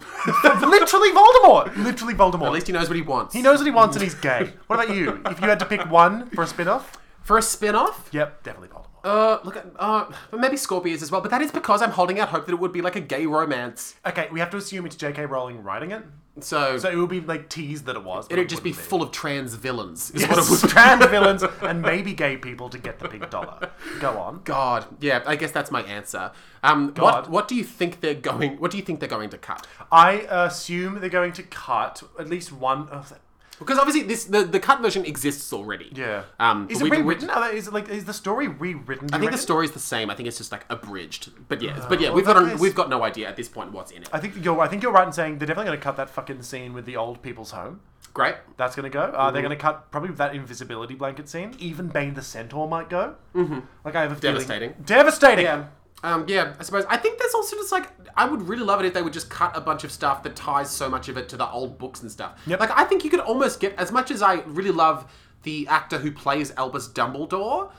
S2: literally Voldemort. Literally Voldemort.
S1: At least he knows what he wants.
S2: He knows what he wants and he's gay. What about you? If you had to pick one for a spin off?
S1: For a spin-off,
S2: Yep, definitely Voldemort.
S1: Uh, look, at- uh, maybe Scorpius as well, but that is because I'm holding out hope that it would be like a gay romance.
S2: Okay, we have to assume it's J.K. Rowling writing it,
S1: So,
S2: so it would be like teased that it was. but
S1: it'd just be
S2: wouldn't
S1: full of trans villains. Is what it
S2: Yes,
S1: would be.
S2: trans villains and maybe gay people to get the big dollar. Go on.
S1: God, yeah, I guess that's my answer. Um,
S2: God.
S1: what what do you think they're going? What do you think they're going to cut?
S2: I assume they're going to cut at least one of. The,
S1: Because obviously this the, the cut version exists already.
S2: yeah.
S1: Um, but
S2: is it
S1: we've been
S2: rewritten? Are they- Is it like is the story rewritten?
S1: I think the story's the same. I think it's just like abridged. But yeah, but yeah,
S2: Oh, well,
S1: we've got
S2: that
S1: on,
S2: is-
S1: we've got no idea at this point what's in it.
S2: I think you're. I think you're right in saying they're definitely going to cut that fucking scene with the old people's home.
S1: Great.
S2: That's going to go. Uh,
S1: Mm-hmm.
S2: They're going to cut probably that invisibility blanket scene. Even Bane the Centaur might go. Mm-hmm. Like I have a feeling.
S1: Devastating.
S2: Devastating.
S1: Yeah. Um, yeah, I suppose. I think there's also just like I would really love it if they would just cut a bunch of stuff that ties so much of it to the old books and stuff.
S2: Yep.
S1: Like I think you could almost get as much as I really love the actor who plays Albus Dumbledore.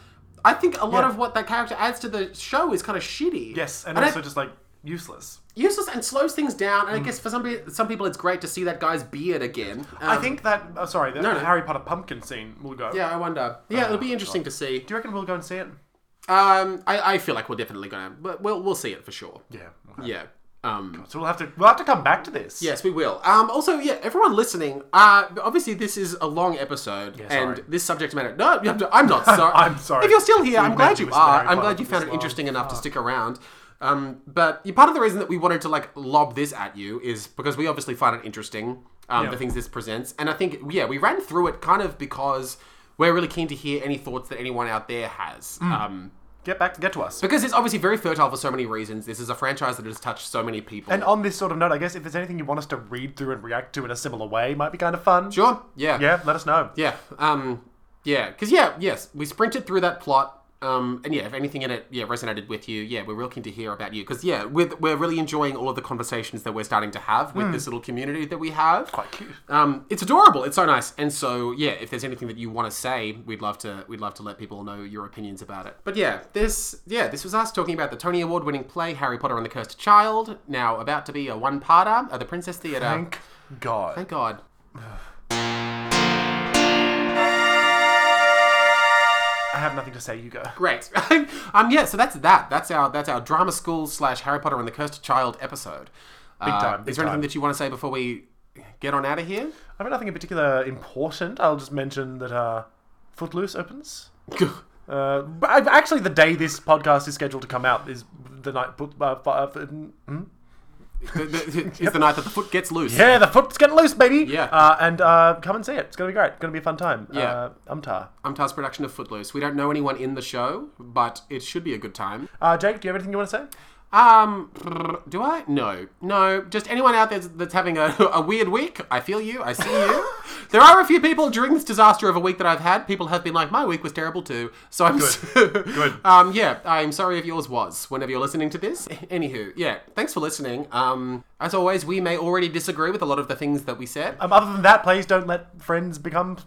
S1: I think a lot
S2: Yeah.
S1: of what that character adds to the show is kind of shitty.
S2: Yes, and,
S1: I-
S2: also just Mm. like useless.
S1: useless and slows things down. And I guess for some pe- some people, it's great to see that guy's beard again.
S2: I
S1: Um,
S2: think that. Oh, sorry, the
S1: no.
S2: Harry Potter pumpkin scene will go.
S1: Yeah, I wonder.
S2: Uh,
S1: Yeah, it'll be
S2: oh.
S1: interesting to see.
S2: Do you reckon we'll go and see it?
S1: Um, I, I feel like we're definitely gonna, but we'll we'll see it for sure.
S2: Yeah.
S1: Yeah. Um.
S2: So we'll have to we'll have to come back to this.
S1: Yes, we will. Um. Also, yeah, everyone listening. Uh. Obviously, this is a long episode,
S2: sorry.
S1: and this subject matter. No, I'm not- I'm not sorry.
S2: I'm sorry.
S1: If you're still here,
S2: We
S1: I'm glad
S2: meant
S1: you
S2: to listen to
S1: are.
S2: Harry
S1: I'm
S2: Potter Ah.
S1: glad you
S2: for
S1: found
S2: this
S1: it
S2: long.
S1: interesting enough to stick around. Um. But yeah, part of the reason that we wanted to like lob this at you is because we obviously find it interesting. Um. The things this presents, and I think yeah, we ran through it kind of because we're really keen to hear any thoughts that anyone out there has.
S2: Mm.
S1: Um.
S2: Get back get to us.
S1: Because it's obviously very fertile for so many reasons. This is a franchise that has touched so many people.
S2: and on this sort of note, I guess if there's anything you want us to read through and react to in a similar way, might be kind of fun.
S1: sure, yeah,
S2: Yeah, let us know.
S1: yeah, um, yeah. Because yeah, yes, we sprinted through that plot. Um, and yeah, if anything in it, yeah, resonated with you, yeah, we're real keen to hear about you. Because yeah, we're, we're really enjoying all of the conversations that we're starting to have with this little community that we have.
S2: Hmm. Quite cute.
S1: Um, it's adorable. It's so nice. And so, yeah, if there's anything that you want to say, we'd love to we'd love to let people know your opinions about it. But yeah, this yeah, this was us talking about the Tony Award winning play Harry Potter and the Cursed Child, now about to be a one-parter at the Princess Theatre.
S2: Thank God.
S1: Thank God.
S2: I have nothing to say, you go.
S1: Great. um yeah, so that's that. That's our that's our drama school slash Harry Potter and the Cursed Child episode. Big
S2: time, big
S1: is there anything
S2: time.
S1: that you want to say before we get on out of here?
S2: I have nothing in particular important. I'll just mention that uh, Footloose opens. Uh, but I've- actually, the day this podcast is scheduled to come out is the night. put- Uh, fu- uh, fu- hmm?
S1: is the night that the foot gets loose.
S2: yeah, the foot's getting loose, baby.
S1: Yeah.
S2: Uh, and uh, come and see it. It's gonna be great. It's gonna be a fun time.
S1: Yeah.
S2: Uh, Umtar.
S1: Umtar's production of Footloose. We don't know anyone in the show, but it should be a good time.
S2: Uh, Jake, do you have anything you want to say?
S1: Um, do I? No, no. Just anyone out there that's having a, a weird week. I feel you. I see you. there are a few people during this disaster of a week that I've had. People have been like, my week was terrible too. So I'm good.
S2: Good.
S1: Um, yeah, I'm sorry if yours was. Whenever you're listening to this, anywho, yeah. Thanks for listening. Um, as always, we may already disagree with a lot of the things that we said.
S2: Um, other than that, please don't let friends become.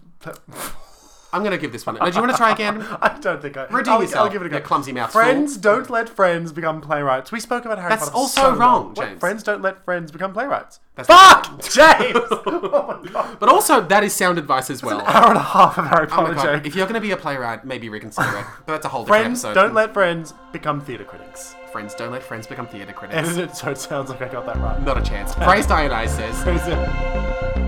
S1: I'm gonna give this one. No, do you want to try again?
S2: I don't think I.
S1: Redeem
S2: I'll,
S1: yourself,
S2: I'll give it a go.
S1: you clumsy mouthful.
S2: Friends don't let friends become playwrights. We spoke about Harry
S1: That's
S2: Potter. for
S1: also
S2: so
S1: wrong,
S2: long. What?
S1: James.
S2: Friends don't let friends become playwrights.
S1: That's
S2: Fuck, James. oh my god.
S1: But also, that is sound advice as well.
S2: Hour and a half of Harry Potter
S1: Oh my God,
S2: joke.
S1: If you're going to be a playwright, maybe reconsider it. But that's a whole different
S2: Friends
S1: episode.
S2: don't let friends become theatre critics.
S1: friends don't let friends become theatre critics.
S2: Edited so it sounds like I got that right.
S1: Not a chance. Praise Dionysus.
S2: Crazy.